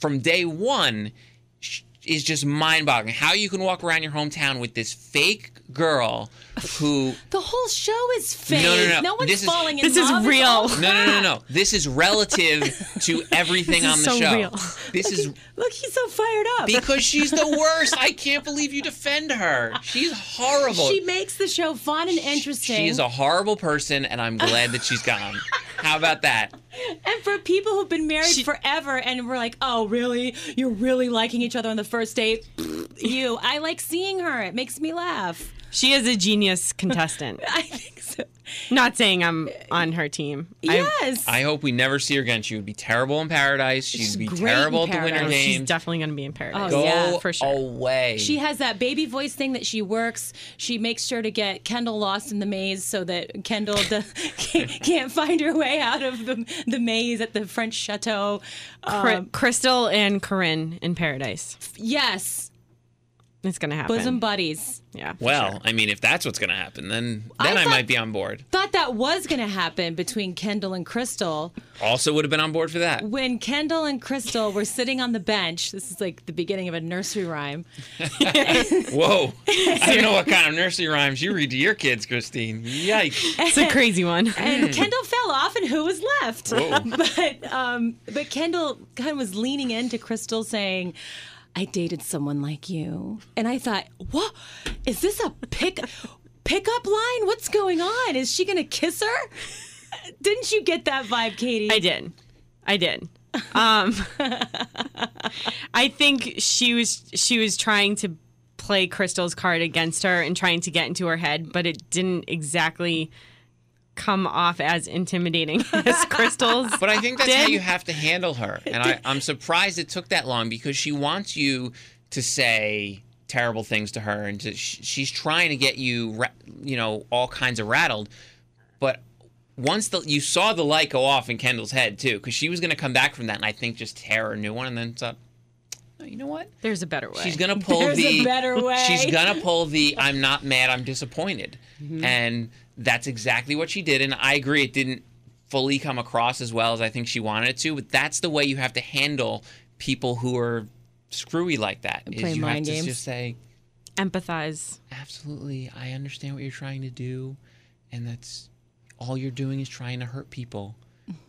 [SPEAKER 6] from day one sh- is just mind-boggling. How you can walk around your hometown with this fake girl who
[SPEAKER 2] The whole show is fake.
[SPEAKER 6] No, no, no.
[SPEAKER 2] one's
[SPEAKER 6] This is-
[SPEAKER 2] falling in
[SPEAKER 4] This is
[SPEAKER 2] love. It's
[SPEAKER 4] real.
[SPEAKER 2] all
[SPEAKER 6] no, no, no,
[SPEAKER 2] crap.
[SPEAKER 6] no. This is relative to everything
[SPEAKER 4] This
[SPEAKER 6] on
[SPEAKER 4] is
[SPEAKER 6] the
[SPEAKER 4] so
[SPEAKER 6] show.
[SPEAKER 4] real.
[SPEAKER 6] This is
[SPEAKER 2] Look, he's so fired up.
[SPEAKER 6] because she's the worst. I can't believe you defend her. She's horrible.
[SPEAKER 2] she makes the show fun and interesting.
[SPEAKER 6] She is a horrible person, and I'm glad that she's gone. How about that?
[SPEAKER 2] and for people who've been married forever and we're like, oh, really? You're really liking each other on the first date? you. I like seeing her. It makes me laugh.
[SPEAKER 4] She is a genius contestant.
[SPEAKER 2] I think so.
[SPEAKER 4] Not saying I'm on her team. I-
[SPEAKER 2] yes.
[SPEAKER 6] I hope we never see her again. She would be terrible in paradise. She'd be
[SPEAKER 2] great in
[SPEAKER 6] terrible at the winter
[SPEAKER 2] Paradise.
[SPEAKER 6] games.
[SPEAKER 4] she's definitely going to be in paradise.
[SPEAKER 6] Go
[SPEAKER 2] Oh, Yeah,
[SPEAKER 4] for sure.
[SPEAKER 6] away.
[SPEAKER 2] she has that baby voice thing that she works. She makes sure to get Kendall lost in the maze so that Kendall do- can't find her way out of the, the maze at the French chateau.
[SPEAKER 4] Um, Cri- Crystal and Corinne in paradise.
[SPEAKER 2] Yes.
[SPEAKER 4] It's gonna happen.
[SPEAKER 2] bosom buddies.
[SPEAKER 4] yeah. for
[SPEAKER 6] Well,
[SPEAKER 4] sure.
[SPEAKER 6] I mean, if that's what's going to happen, then then I,
[SPEAKER 2] thought-
[SPEAKER 6] might be on board.
[SPEAKER 2] Thought that was going to happen between Kendall and Crystal
[SPEAKER 6] Also, would have been on board for that.
[SPEAKER 2] when Kendall and Crystal were sitting on the bench. This is like the beginning of a nursery rhyme.
[SPEAKER 6] Whoa! I don't know what kind of nursery rhymes you read to your kids, Christine. Yikes!
[SPEAKER 4] it's a crazy one.
[SPEAKER 2] And Kendall fell off, and who was left?
[SPEAKER 6] Whoa.
[SPEAKER 2] But um, but Kendall kind of was leaning into Crystal, saying. I dated someone like you. And I thought, what? Is this a pick pickup line? What's going on? Is she gonna kiss her? Didn't you get that vibe, Katie?
[SPEAKER 4] I did. I did. Um, I think she was she was trying to play Crystal's card against her and trying to get into her head, but it didn't exactly come off as intimidating as Crystal's.
[SPEAKER 6] But I think that's how
[SPEAKER 4] Did-
[SPEAKER 6] you have to handle her, and I, I'm surprised it took that long because she wants you to say terrible things to her, and to, sh- she's trying to get you, ra- you know, all kinds of rattled. But once the you saw the light go off in Kendall's head too, because she was going to come back from that, and I think just tear a new one, and then thought, "Oh, you know what?
[SPEAKER 4] There's a better way.
[SPEAKER 6] She's gonna pull
[SPEAKER 2] There's
[SPEAKER 6] the
[SPEAKER 2] a better way. Mm-hmm.
[SPEAKER 6] She's gonna pull the I'm not mad, I'm disappointed. And that's exactly what she did. And I agree it didn't fully come across as well as I think she wanted it to, but that's the way you have to handle people who are screwy like that. Is
[SPEAKER 2] play
[SPEAKER 6] you have
[SPEAKER 2] mind
[SPEAKER 6] to
[SPEAKER 2] games.
[SPEAKER 6] just say,
[SPEAKER 4] Empathize.
[SPEAKER 6] Absolutely, I understand what you're trying to do, and that's all you're doing is trying to hurt people.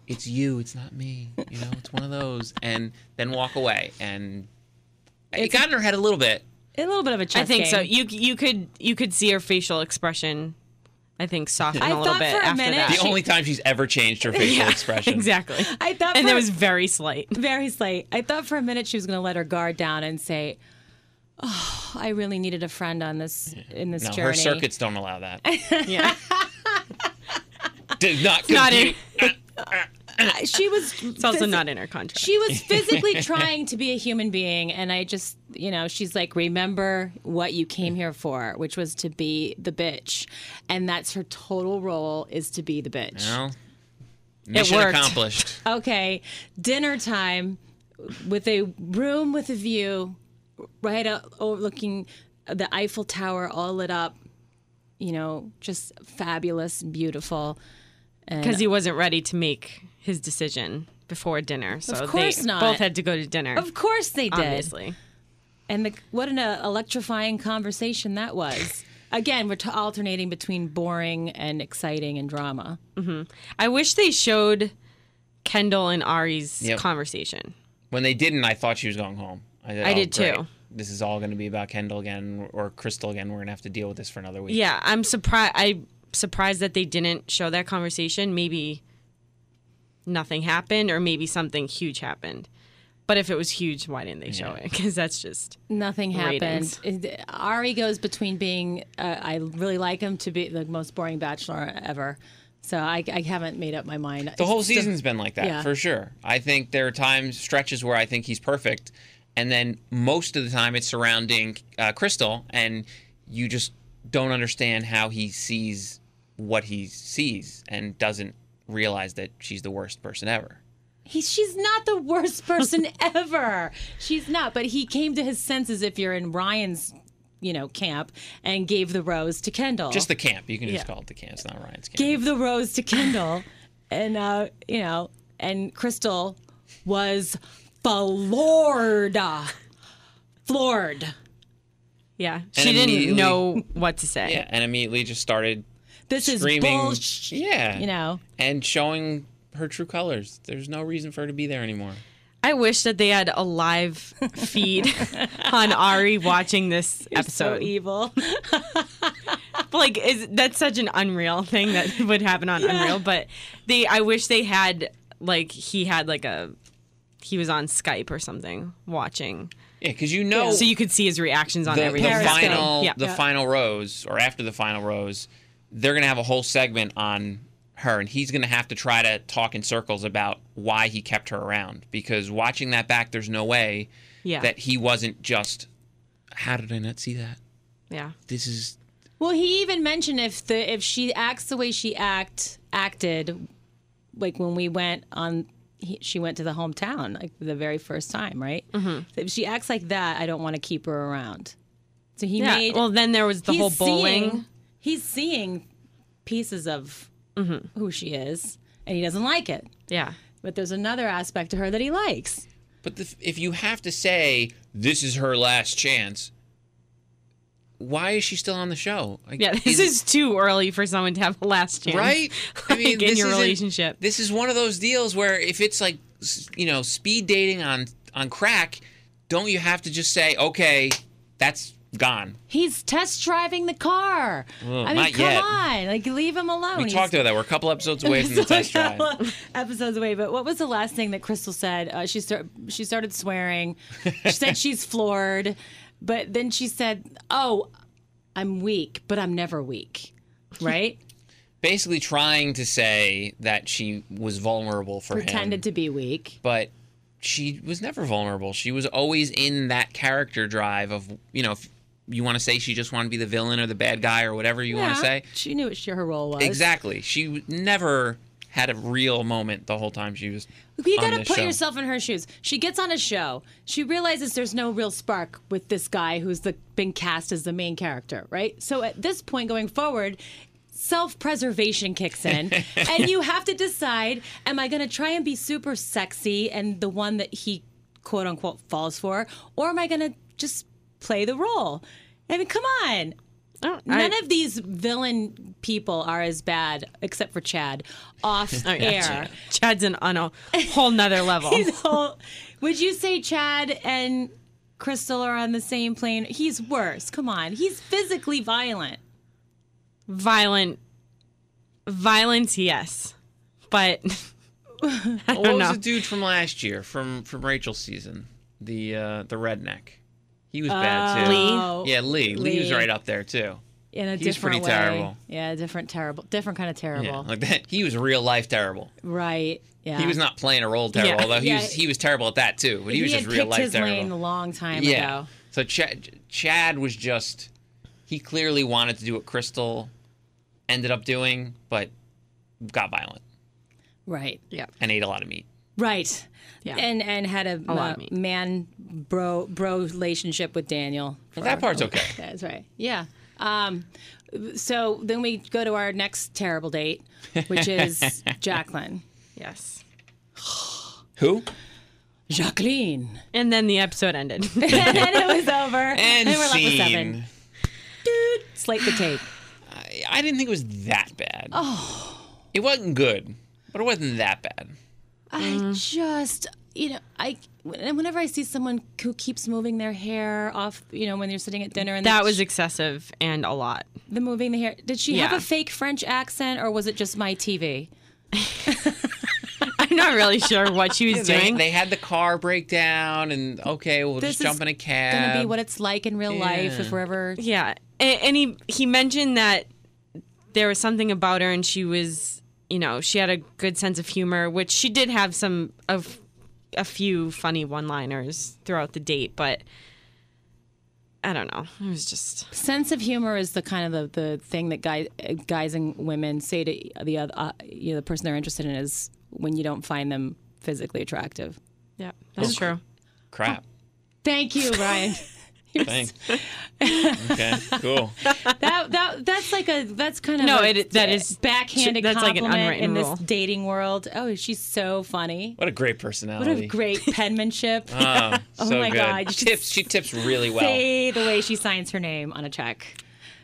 [SPEAKER 6] It's you, it's not me. You know, it's one of those. And then walk away. And it got in her head a little bit.
[SPEAKER 2] A little bit of a chess
[SPEAKER 4] I think so.
[SPEAKER 2] game.
[SPEAKER 4] You you could you could see her facial expression. I think soften
[SPEAKER 2] I
[SPEAKER 4] a little
[SPEAKER 2] thought
[SPEAKER 4] bit
[SPEAKER 2] for a
[SPEAKER 4] after
[SPEAKER 2] minute
[SPEAKER 4] that.
[SPEAKER 6] The only time she's ever changed her facial expression.
[SPEAKER 4] exactly.
[SPEAKER 2] I thought
[SPEAKER 4] and
[SPEAKER 2] for-
[SPEAKER 4] it was very slight.
[SPEAKER 2] very slight. I thought for a minute she was going to let her guard down and say, "Oh, I really needed a friend on this in this
[SPEAKER 6] No,
[SPEAKER 2] journey."
[SPEAKER 6] her circuits don't allow that.
[SPEAKER 4] Yeah.
[SPEAKER 6] Did not
[SPEAKER 4] not
[SPEAKER 6] compute.
[SPEAKER 4] in,
[SPEAKER 2] I- She was.
[SPEAKER 4] it's also not in her contract.
[SPEAKER 2] She was physically trying to be a human being, and I just, you know, she's like, "Remember what you came here for, which was to be the bitch," and that's her total role is to be the bitch.
[SPEAKER 6] Well, mission
[SPEAKER 4] worked.
[SPEAKER 6] accomplished.
[SPEAKER 2] Okay, dinner time with a room with a view right out overlooking the Eiffel Tower all lit up. You know, just fabulous and beautiful.
[SPEAKER 4] because he wasn't ready to make his decision before dinner. So
[SPEAKER 2] course
[SPEAKER 4] they
[SPEAKER 2] not.
[SPEAKER 4] both had to go to dinner.
[SPEAKER 2] Of course they did.
[SPEAKER 4] obviously.
[SPEAKER 2] And the, what an uh, electrifying conversation that was. Again, we're t- alternating between boring and exciting and drama.
[SPEAKER 4] I wish they showed Kendall and Ari's
[SPEAKER 6] Yep.
[SPEAKER 4] conversation.
[SPEAKER 6] When they didn't, I thought she was going home. I,
[SPEAKER 4] I
[SPEAKER 6] "Oh,
[SPEAKER 4] did
[SPEAKER 6] great.
[SPEAKER 4] too.
[SPEAKER 6] This is all going to be about Kendall again or Crystal again. We're going to have to deal with this for another week.
[SPEAKER 4] Yeah, I'm surprised. I surprised that they didn't show that conversation. Maybe nothing happened, or maybe something huge happened. But if it was huge, why didn't they show it? Because that's just
[SPEAKER 2] Nothing happened.
[SPEAKER 4] Ratings.
[SPEAKER 2] It- Ari goes between being, uh, I really like him, to be the most boring bachelor ever. So I, I haven't made up my mind.
[SPEAKER 6] The whole season's been like that
[SPEAKER 2] Yeah.
[SPEAKER 6] for sure. I think there are times stretches where I think he's perfect, and then most of the time it's surrounding uh, Crystal, and you just don't understand how he sees what he sees and doesn't realize that she's the worst person ever.
[SPEAKER 2] He, she's not the worst person ever. She's not, but he came to his senses if you're in Ryan's, you know, camp and gave the rose to Kendall.
[SPEAKER 6] Just the camp. You can just call it the camp. It's not Ryan's camp.
[SPEAKER 2] Oh. gave the rose to Kendall, and uh, you know, and Crystal was floored, floored.
[SPEAKER 4] yeah. She didn't
[SPEAKER 6] immediately-
[SPEAKER 4] know what to say.
[SPEAKER 6] yeah, and immediately just started
[SPEAKER 2] This is
[SPEAKER 6] screaming.
[SPEAKER 2] bullshit.
[SPEAKER 6] yeah,
[SPEAKER 2] You know,
[SPEAKER 6] and showing her true colors. There's no reason for her to be there anymore.
[SPEAKER 4] I wish that they had a live feed on Ari watching this
[SPEAKER 2] so
[SPEAKER 4] episode.
[SPEAKER 2] evil.
[SPEAKER 4] like is that's such an unreal thing that would happen on unreal but they i wish they had like he had like a he was on skype or something watching
[SPEAKER 6] Yeah, because you know
[SPEAKER 4] so you could see his reactions on
[SPEAKER 6] Oh. the, the
[SPEAKER 4] everything
[SPEAKER 2] Periscope.
[SPEAKER 6] final
[SPEAKER 4] Yeah.
[SPEAKER 6] the final rose or after the final rose they're gonna have a whole segment on her and he's gonna have to try to talk in circles about why he kept her around because watching that back there's no way
[SPEAKER 4] Yeah.
[SPEAKER 6] that he wasn't just how did i not see that
[SPEAKER 4] yeah
[SPEAKER 6] this is
[SPEAKER 2] Well, he even mentioned if the if she acts the way she act acted, like when we went on, he, she went to the hometown like the very first time, right? Mm-hmm. If she acts like that, I don't want to keep her around. So he
[SPEAKER 4] yeah.
[SPEAKER 2] made
[SPEAKER 4] well, then there was the whole bowling.
[SPEAKER 2] Seeing, he's seeing pieces of
[SPEAKER 4] Mm-hmm.
[SPEAKER 2] who she is, and he doesn't like it.
[SPEAKER 4] Yeah.
[SPEAKER 2] But there's another aspect to her that he likes.
[SPEAKER 6] But the, if you have to say this is her last chance, why is she still on the show? Like,
[SPEAKER 4] Yeah, this is too early for someone to have a last chance.
[SPEAKER 6] right.
[SPEAKER 4] I mean, in your
[SPEAKER 6] isn't-
[SPEAKER 4] relationship.
[SPEAKER 6] This is one of those deals where if it's like s- you know speed dating on on crack, don't you have to just say okay, that's gone?
[SPEAKER 2] He's test driving the car. I mean,
[SPEAKER 6] not
[SPEAKER 2] come
[SPEAKER 6] yet.
[SPEAKER 2] on, like leave him alone.
[SPEAKER 4] Oh,
[SPEAKER 6] We
[SPEAKER 2] He's-
[SPEAKER 6] talked about that. We're a couple episodes away from the test drive.
[SPEAKER 2] Episodes away, but what was the last thing that Crystal said? Uh, she start, she started swearing. She said she's floored, but then she said, "Oh, I'm weak, but I'm never weak." Right?
[SPEAKER 6] Basically, trying to say that she was vulnerable for him.
[SPEAKER 2] Pretended to be weak.
[SPEAKER 6] but she was never vulnerable. She was always in that character drive of, you know, if you want to say she just wanted to be the villain or the bad guy or whatever you want to
[SPEAKER 2] Yeah,
[SPEAKER 6] say.
[SPEAKER 2] She knew what she, her role was.
[SPEAKER 6] Exactly. She w- never had a real moment the whole time she was.
[SPEAKER 2] You
[SPEAKER 6] on
[SPEAKER 2] got to
[SPEAKER 6] this
[SPEAKER 2] put
[SPEAKER 6] show.
[SPEAKER 2] yourself in her shoes. She gets on a show. She realizes there's no real spark with this guy who's the, been cast as the main character, right? So at this point going forward, self preservation kicks in. and you have to decide am I going to try and be super sexy and the one that he quote unquote falls for? Or am I going to just play the role? I mean, come on. None of these villain people are as bad, except for Chad, off air.
[SPEAKER 4] Chad's an, on a whole nother level.
[SPEAKER 6] Um,
[SPEAKER 2] So, would you say Chad and Crystal are on the same plane? He's worse. Come on. He's physically violent.
[SPEAKER 4] Violent. Violence, yes. But I
[SPEAKER 6] What
[SPEAKER 4] don't
[SPEAKER 6] was
[SPEAKER 4] know.
[SPEAKER 6] the dude from last year, from from Rachel's season, the uh, the redneck? He was bad too.
[SPEAKER 2] Oh, Lee?
[SPEAKER 6] Yeah, Lee. Lee was
[SPEAKER 2] Lee.
[SPEAKER 6] right up there too.
[SPEAKER 2] In a
[SPEAKER 6] He's
[SPEAKER 2] different way.
[SPEAKER 6] pretty terrible.
[SPEAKER 2] Yeah, different terrible. Different kind of terrible.
[SPEAKER 6] Yeah, like that. He was real life terrible.
[SPEAKER 2] right. Yeah.
[SPEAKER 6] He was not playing a role terrible,
[SPEAKER 4] Yeah.
[SPEAKER 6] although he
[SPEAKER 2] Yeah.
[SPEAKER 6] was he was terrible at that too. But he,
[SPEAKER 2] He,
[SPEAKER 6] was
[SPEAKER 2] had
[SPEAKER 6] just real
[SPEAKER 2] picked
[SPEAKER 6] life
[SPEAKER 2] his
[SPEAKER 6] terrible.
[SPEAKER 2] lane a long time ago.
[SPEAKER 6] So Chad, Chad was just he clearly wanted to do what Crystal ended up doing, but got violent
[SPEAKER 2] Right.
[SPEAKER 4] yeah.
[SPEAKER 6] and ate a lot of meat.
[SPEAKER 2] Right. Yeah. And and had a,
[SPEAKER 4] lot
[SPEAKER 2] uh,
[SPEAKER 4] of meat.
[SPEAKER 2] man bro bro relationship with Daniel.
[SPEAKER 6] Well, that
[SPEAKER 2] for-
[SPEAKER 6] part's okay.
[SPEAKER 2] That's right. Yeah. Um, so then we go to our next terrible date, which is Jacqueline.
[SPEAKER 4] Yes.
[SPEAKER 6] Who?
[SPEAKER 2] Jacqueline.
[SPEAKER 4] And then the episode ended.
[SPEAKER 2] and then it was over.
[SPEAKER 6] And
[SPEAKER 2] we're left with
[SPEAKER 6] scene.
[SPEAKER 2] seven. Slate the tape.
[SPEAKER 6] I didn't think it was that bad. Oh, it wasn't good, but it wasn't that bad.
[SPEAKER 2] I just, you know, I when- whenever I see someone who keeps moving their hair off, you know, when you're sitting at dinner and
[SPEAKER 4] that was excessive and a lot.
[SPEAKER 2] the moving the hair. Did she have
[SPEAKER 4] Yeah.
[SPEAKER 2] a fake French accent or was it just my TV?
[SPEAKER 4] I'm not really sure what she was
[SPEAKER 6] They,
[SPEAKER 4] doing.
[SPEAKER 6] they had the car breakdown, and okay, we'll
[SPEAKER 2] This
[SPEAKER 6] just jump
[SPEAKER 2] is
[SPEAKER 6] in a cab.
[SPEAKER 2] Gonna be what it's like in real life if
[SPEAKER 6] Um, Yeah.
[SPEAKER 2] we're ever
[SPEAKER 4] Yeah, and, and he he mentioned that there was something about her, and she was, you know, she had a good sense of humor, which she did have some of a few funny one-liners throughout the date, but I don't know. It was just
[SPEAKER 2] sense of humor is the kind of the, the thing that guy, uh, guys and women say to the other uh, you know, the person they're interested in is when you don't find them physically attractive.
[SPEAKER 4] yeah, that's true.
[SPEAKER 6] Crap.
[SPEAKER 2] Thank you, Ryan.
[SPEAKER 6] Thanks. okay. Cool.
[SPEAKER 2] that, that that's like a that's kind of
[SPEAKER 4] No,
[SPEAKER 2] a
[SPEAKER 4] it- that is-
[SPEAKER 2] backhanded
[SPEAKER 4] that's like an
[SPEAKER 2] compliment
[SPEAKER 4] unwritten
[SPEAKER 2] in
[SPEAKER 4] rule.
[SPEAKER 2] this dating world. Oh, she's so funny.
[SPEAKER 6] What a great
[SPEAKER 2] What
[SPEAKER 6] personality.
[SPEAKER 2] a great penmanship.
[SPEAKER 6] Oh, so
[SPEAKER 2] my
[SPEAKER 6] good.
[SPEAKER 2] God, you should
[SPEAKER 6] Tips. She tips really well.
[SPEAKER 2] Say the way she signs her name on a check.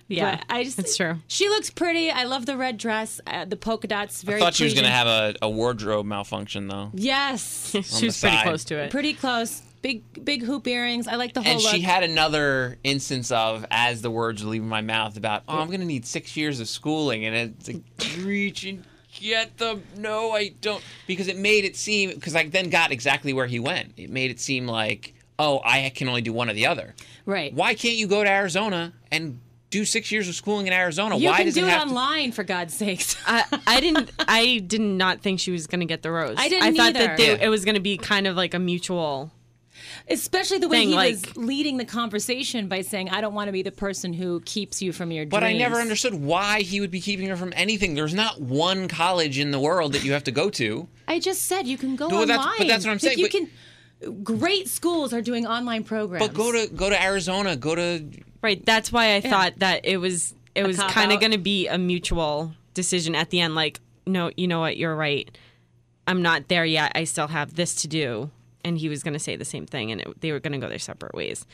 [SPEAKER 4] Yeah,
[SPEAKER 2] But I just
[SPEAKER 4] it's true.
[SPEAKER 2] She looks pretty. I love the red dress, uh, the polka dots. Very.
[SPEAKER 6] I thought she was going to
[SPEAKER 2] pleasing.
[SPEAKER 6] have a, a wardrobe malfunction, though.
[SPEAKER 2] Yes.
[SPEAKER 4] She was
[SPEAKER 6] side.
[SPEAKER 4] pretty close to it.
[SPEAKER 2] Pretty close. Big big hoop earrings. I like the whole
[SPEAKER 6] And
[SPEAKER 2] Oh, look.
[SPEAKER 6] she had another instance of, as the words were leaving my mouth, about, oh, I'm going to need six years of schooling. And it's like, reach and get the, no, I don't. Because it made it seem, because I then got exactly where he went. It made it seem like, oh, I can only do one or the other.
[SPEAKER 2] right.
[SPEAKER 6] Why can't you go to Arizona and do six years of schooling in Arizona?
[SPEAKER 2] you
[SPEAKER 6] Why
[SPEAKER 2] can
[SPEAKER 6] does
[SPEAKER 2] do
[SPEAKER 6] it
[SPEAKER 2] it,
[SPEAKER 6] have to-
[SPEAKER 2] online for God's sakes.
[SPEAKER 4] I, I didn't. I did not think she was going to get the rose.
[SPEAKER 2] I didn't
[SPEAKER 4] I thought
[SPEAKER 2] either.
[SPEAKER 4] that they,
[SPEAKER 6] Yeah.
[SPEAKER 4] it was going to be kind of like a mutual.
[SPEAKER 2] Especially the way
[SPEAKER 4] Thing,
[SPEAKER 2] he
[SPEAKER 4] like-
[SPEAKER 2] was leading the conversation by saying, "I don't want to be the person who keeps you from your dreams."
[SPEAKER 6] But I never understood why he would be keeping her from anything. There's not one college in the world that you have to go to.
[SPEAKER 2] I just said you can go
[SPEAKER 6] No,
[SPEAKER 2] online.
[SPEAKER 6] that's- but that's what I'm
[SPEAKER 2] Like,
[SPEAKER 6] saying,
[SPEAKER 2] you
[SPEAKER 6] but-
[SPEAKER 2] can. Great schools are doing online programs.
[SPEAKER 6] But go to go to Arizona. Go to
[SPEAKER 4] Right. That's why I thought that it was it was
[SPEAKER 2] cop
[SPEAKER 4] kind of
[SPEAKER 2] out.
[SPEAKER 4] going to be a mutual decision at the end. Like, no, you know what? You're right. I'm not there yet. I still have this to do. And he was going to say the same thing, and it, they were going to go their separate ways.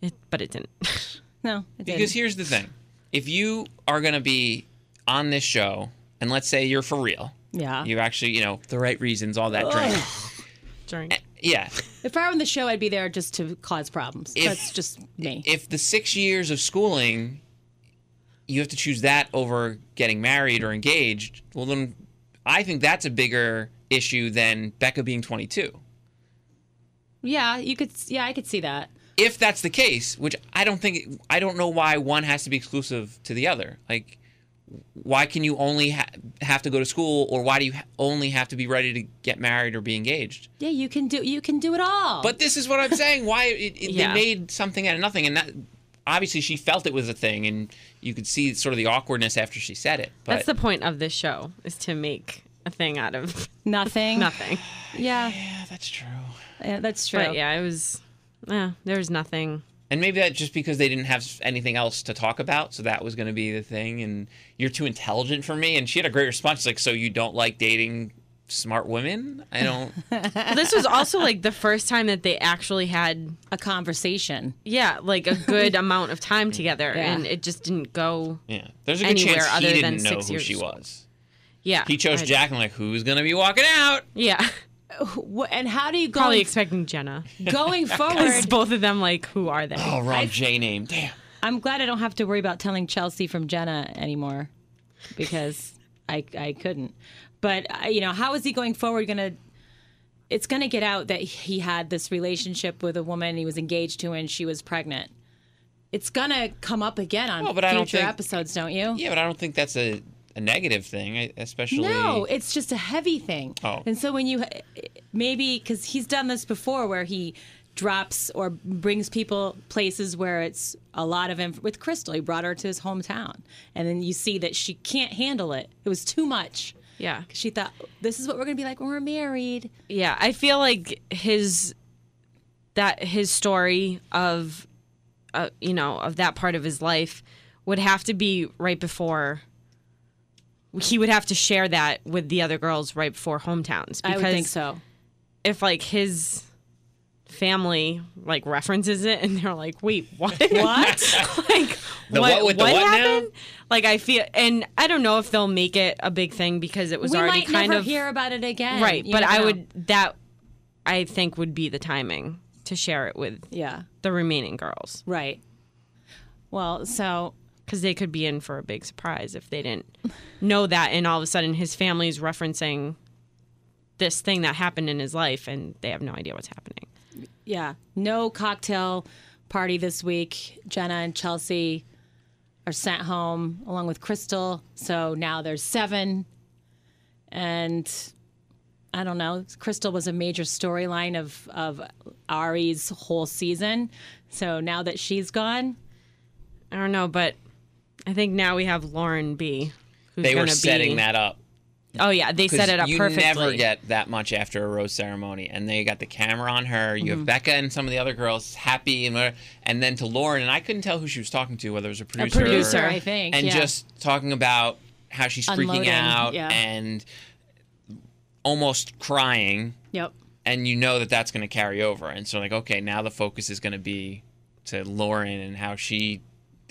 [SPEAKER 4] It, but it didn't.
[SPEAKER 2] no, it didn't.
[SPEAKER 6] because here's the thing: if you are going to be on this show, and let's say you're for real,
[SPEAKER 2] yeah.
[SPEAKER 6] you actually you know the right reasons, all that drink.
[SPEAKER 4] During
[SPEAKER 6] Yeah.
[SPEAKER 2] if I were on the show, I'd be there just to cause problems.
[SPEAKER 6] If-
[SPEAKER 2] That's just me.
[SPEAKER 6] if the six years of schooling, you have to choose that over getting married or engaged, well, then I think that's a bigger issue than Becca being 22.
[SPEAKER 2] yeah, you could. Yeah, I could see that.
[SPEAKER 6] If that's the case, which I don't think, I don't know why one has to be exclusive to the other. Like, why can you only ha- have to go to school, or why do you ha- only have to be ready to get married or be engaged?
[SPEAKER 2] Yeah, you can do. You can do it all.
[SPEAKER 6] But this is what I'm saying. Why it, it,
[SPEAKER 4] Yeah.
[SPEAKER 6] they made something out of nothing, and that obviously she felt it was a thing, and you could see sort of the awkwardness after she said it. But
[SPEAKER 4] that's the point of this show is to make a thing out of
[SPEAKER 2] nothing.
[SPEAKER 4] nothing.
[SPEAKER 2] Yeah,
[SPEAKER 6] yeah, that's true.
[SPEAKER 2] yeah, that's true.
[SPEAKER 4] But yeah, it was. Yeah, there was nothing.
[SPEAKER 6] And maybe that's just because they didn't have anything else to talk about, so that was going to be the thing. And you're too intelligent for me. And she had a great response, like, "So you don't like dating smart women? I don't."
[SPEAKER 4] Well, this was also like the first time that they actually had
[SPEAKER 2] A conversation.
[SPEAKER 4] yeah like a good amount of time together,
[SPEAKER 2] Yeah.
[SPEAKER 4] and it just didn't go.
[SPEAKER 6] yeah, there's a good
[SPEAKER 4] Anywhere
[SPEAKER 6] chance he
[SPEAKER 4] other than
[SPEAKER 6] didn't know
[SPEAKER 4] six
[SPEAKER 6] who
[SPEAKER 4] years.
[SPEAKER 6] she was.
[SPEAKER 4] Yeah,
[SPEAKER 6] He chose
[SPEAKER 4] I-
[SPEAKER 6] Jack, and like, who's going to be walking out?
[SPEAKER 4] Yeah,
[SPEAKER 2] Wh- And how do you go
[SPEAKER 4] probably expecting Jenna.
[SPEAKER 2] going
[SPEAKER 4] Because
[SPEAKER 2] forward?
[SPEAKER 4] both of them, like, who are they?
[SPEAKER 6] Oh, wrong J name. Damn.
[SPEAKER 2] I'm glad I don't have to worry about telling Chelsea from Jenna anymore because I I couldn't. But I, you know, how is he going forward going to it's going to get out that he had this relationship with a woman he was engaged to and she was pregnant. It's going to come up again on
[SPEAKER 6] No, but I don't
[SPEAKER 2] future
[SPEAKER 6] think-
[SPEAKER 2] episodes, don't you?
[SPEAKER 6] Yeah, but I don't think that's a, a negative thing, I- especially.
[SPEAKER 2] No, it's just a heavy thing.
[SPEAKER 6] Oh.
[SPEAKER 2] And so when you maybe because he's done this before where he drops or brings people places where it's a lot of inf- with Crystal, he brought her to his hometown, and then you see that she can't handle it. It was too much.
[SPEAKER 4] Yeah,
[SPEAKER 2] She thought this is what we're gonna be like when we're married.
[SPEAKER 4] yeah. I feel like his that his story of uh, you know of that part of his life would have to be right before he would have to share that with the other girls right before hometowns. Because
[SPEAKER 2] I would think so.
[SPEAKER 4] if like his family like references it and they're like, wait, what?
[SPEAKER 2] What?
[SPEAKER 4] like
[SPEAKER 6] The
[SPEAKER 4] what,
[SPEAKER 6] what with the what now?
[SPEAKER 4] happened? Like I feel and I don't know if they'll make it a big thing because it was
[SPEAKER 2] We
[SPEAKER 4] already
[SPEAKER 2] might
[SPEAKER 4] kind
[SPEAKER 2] never
[SPEAKER 4] of
[SPEAKER 2] hear about it again.
[SPEAKER 4] right.
[SPEAKER 2] You
[SPEAKER 4] But
[SPEAKER 2] never
[SPEAKER 4] I
[SPEAKER 2] know.
[SPEAKER 4] would that I think would be the timing to share it with
[SPEAKER 2] Yeah.
[SPEAKER 4] the remaining girls
[SPEAKER 2] Right. Well, so
[SPEAKER 4] because they could be in for a big surprise if they didn't know that and all of a sudden his family's referencing this thing that happened in his life and they have no idea what's happening.
[SPEAKER 2] Yeah. No cocktail party this week. Jenna and Chelsea are sent home along with Crystal. So now there's seven. And I don't know. Crystal was a major storyline of, of Ari's whole season. So now that she's gone,
[SPEAKER 4] I don't know, but I think now we have Lauren B. Who's
[SPEAKER 6] They were
[SPEAKER 4] gonna
[SPEAKER 6] setting
[SPEAKER 4] be,
[SPEAKER 6] that up.
[SPEAKER 4] Oh yeah, they set
[SPEAKER 6] 'Cause
[SPEAKER 4] it up
[SPEAKER 6] you
[SPEAKER 4] perfectly.
[SPEAKER 6] never get that much after a rose ceremony, and they got the camera on her. You have Becca and some of the other girls happy, and whatever, and then to Lauren, and I couldn't tell who she was talking to, whether it was a producer,
[SPEAKER 2] producer,
[SPEAKER 6] or,
[SPEAKER 2] I think,
[SPEAKER 6] and
[SPEAKER 2] yeah.
[SPEAKER 6] just talking about how she's
[SPEAKER 2] Unloading,
[SPEAKER 6] freaking out
[SPEAKER 2] yeah.
[SPEAKER 6] and almost crying,
[SPEAKER 2] yep.
[SPEAKER 6] and you know that that's going to carry over, and so like, okay, now the focus is going to be to Lauren and how she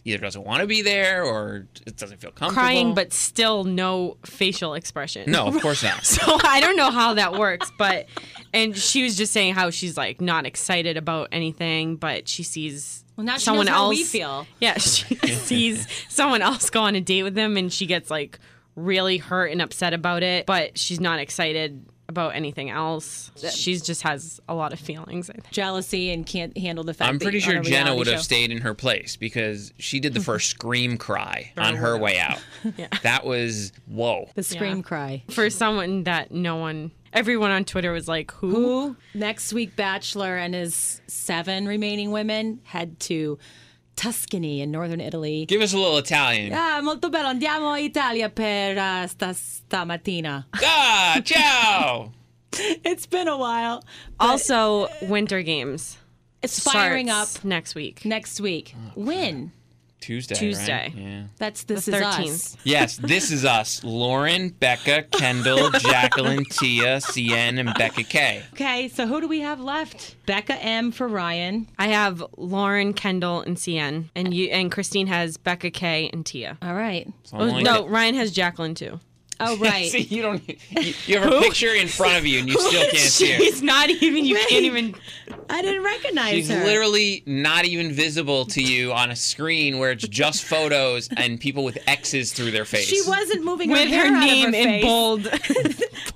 [SPEAKER 6] either doesn't want to be there or it doesn't feel comfortable.
[SPEAKER 4] crying, but still no facial expression.
[SPEAKER 6] No, of course not.
[SPEAKER 4] So I don't know how that works, but and she was just saying how she's like not excited about anything, but she sees
[SPEAKER 2] Well, now she
[SPEAKER 4] someone
[SPEAKER 2] knows
[SPEAKER 4] else.
[SPEAKER 2] how we feel.
[SPEAKER 4] Yeah, she sees someone else go on a date with them, and she gets like really hurt and upset about it, but she's not excited about anything else. She's just has a lot of feelings. I think.
[SPEAKER 2] Jealousy and can't handle the fact
[SPEAKER 6] I'm
[SPEAKER 2] that
[SPEAKER 6] pretty
[SPEAKER 2] you're on
[SPEAKER 6] sure
[SPEAKER 2] a
[SPEAKER 6] Jenna
[SPEAKER 2] reality
[SPEAKER 6] would have
[SPEAKER 2] show.
[SPEAKER 6] stayed in her place because she did the first scream cry on her way out. That was whoa.
[SPEAKER 2] The scream cry.
[SPEAKER 4] For someone that no one, everyone on Twitter was like, "Who?"
[SPEAKER 2] Who next week Bachelor and his seven remaining women head to Tuscany in northern Italy.
[SPEAKER 6] Give us a little Italian.
[SPEAKER 2] Ah, molto bello. ah, Andiamo a Italia per uh, sta, stamattina.
[SPEAKER 6] ah, ciao.
[SPEAKER 2] It's been a while.
[SPEAKER 4] also, Winter Games.
[SPEAKER 2] It's firing
[SPEAKER 4] starts
[SPEAKER 2] up
[SPEAKER 4] next week.
[SPEAKER 2] next week. When?
[SPEAKER 6] Tuesday. right?
[SPEAKER 4] Tuesday.
[SPEAKER 6] Yeah.
[SPEAKER 2] That's this
[SPEAKER 4] The
[SPEAKER 2] is
[SPEAKER 4] 13th.
[SPEAKER 2] us.
[SPEAKER 6] Yes, this is us. Lauren, Becca, Kendall, Jacqueline, Tia, CN, and Becca K.
[SPEAKER 2] Okay, so who do we have left? Becca M for Ryan.
[SPEAKER 4] I have Lauren, Kendall, and CN, and you and Christine has Becca K and Tia.
[SPEAKER 2] All right.
[SPEAKER 6] So I'm like-
[SPEAKER 4] no, Ryan has Jacqueline too.
[SPEAKER 2] Oh right.
[SPEAKER 6] See, you don't. You, you have a picture in front of you, and you still can't see her.
[SPEAKER 4] She's not even. You can't even.
[SPEAKER 2] I didn't recognize
[SPEAKER 6] She's
[SPEAKER 2] her.
[SPEAKER 6] literally not even visible to you on a screen where it's just photos and people with X's through their face.
[SPEAKER 2] she wasn't moving
[SPEAKER 4] With
[SPEAKER 2] hair
[SPEAKER 4] her
[SPEAKER 2] out of
[SPEAKER 4] name in
[SPEAKER 2] face.
[SPEAKER 4] bold.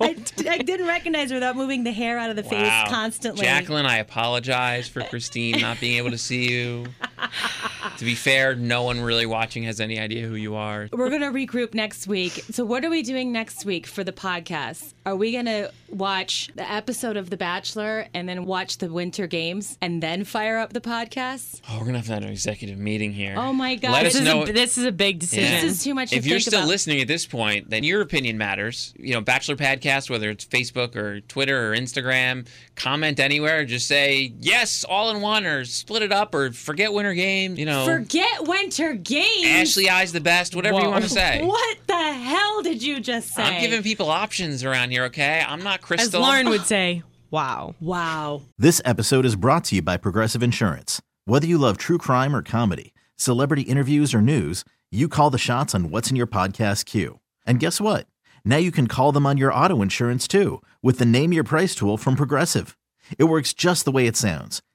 [SPEAKER 2] I, I didn't recognize her without moving the hair out of the
[SPEAKER 6] Wow.
[SPEAKER 2] face constantly.
[SPEAKER 6] Jacqueline, I apologize for Christine not being able to see you. to be fair, no one really watching has any idea who you are.
[SPEAKER 2] We're gonna regroup next week. So what are we doing next week for the podcast? Are we gonna watch the episode of The Bachelor and then watch the Winter Games and then fire up the podcast?
[SPEAKER 6] Oh, we're gonna have to have an executive meeting here.
[SPEAKER 2] Oh my God.
[SPEAKER 6] Let
[SPEAKER 4] this,
[SPEAKER 6] us
[SPEAKER 4] is
[SPEAKER 6] know.
[SPEAKER 4] a, this is a big decision.
[SPEAKER 6] Yeah.
[SPEAKER 2] This is too much.
[SPEAKER 6] if
[SPEAKER 2] to
[SPEAKER 6] you're
[SPEAKER 2] think
[SPEAKER 6] still
[SPEAKER 2] about.
[SPEAKER 6] listening at this point, then your opinion matters. You know, Bachelor Podcast, whether it's Facebook or Twitter or Instagram, comment anywhere. Just say yes, all in one, or split it up, or forget winter game. You know,
[SPEAKER 2] forget Winter Games.
[SPEAKER 6] Ashley I's the best. Whatever you
[SPEAKER 4] Whoa.
[SPEAKER 6] want to say.
[SPEAKER 2] What the hell did you just say?
[SPEAKER 6] I'm giving people options around here. Okay, I'm not
[SPEAKER 4] As
[SPEAKER 6] Crystal.
[SPEAKER 4] Lauren would say, "Wow."
[SPEAKER 2] Wow.
[SPEAKER 7] This episode is brought to you by Progressive Insurance. Whether you love true crime or comedy, celebrity interviews or news, you call the shots on what's in your podcast queue. And guess what? Now you can call them on your auto insurance too with the Name Your Price tool from Progressive. It works just the way it sounds.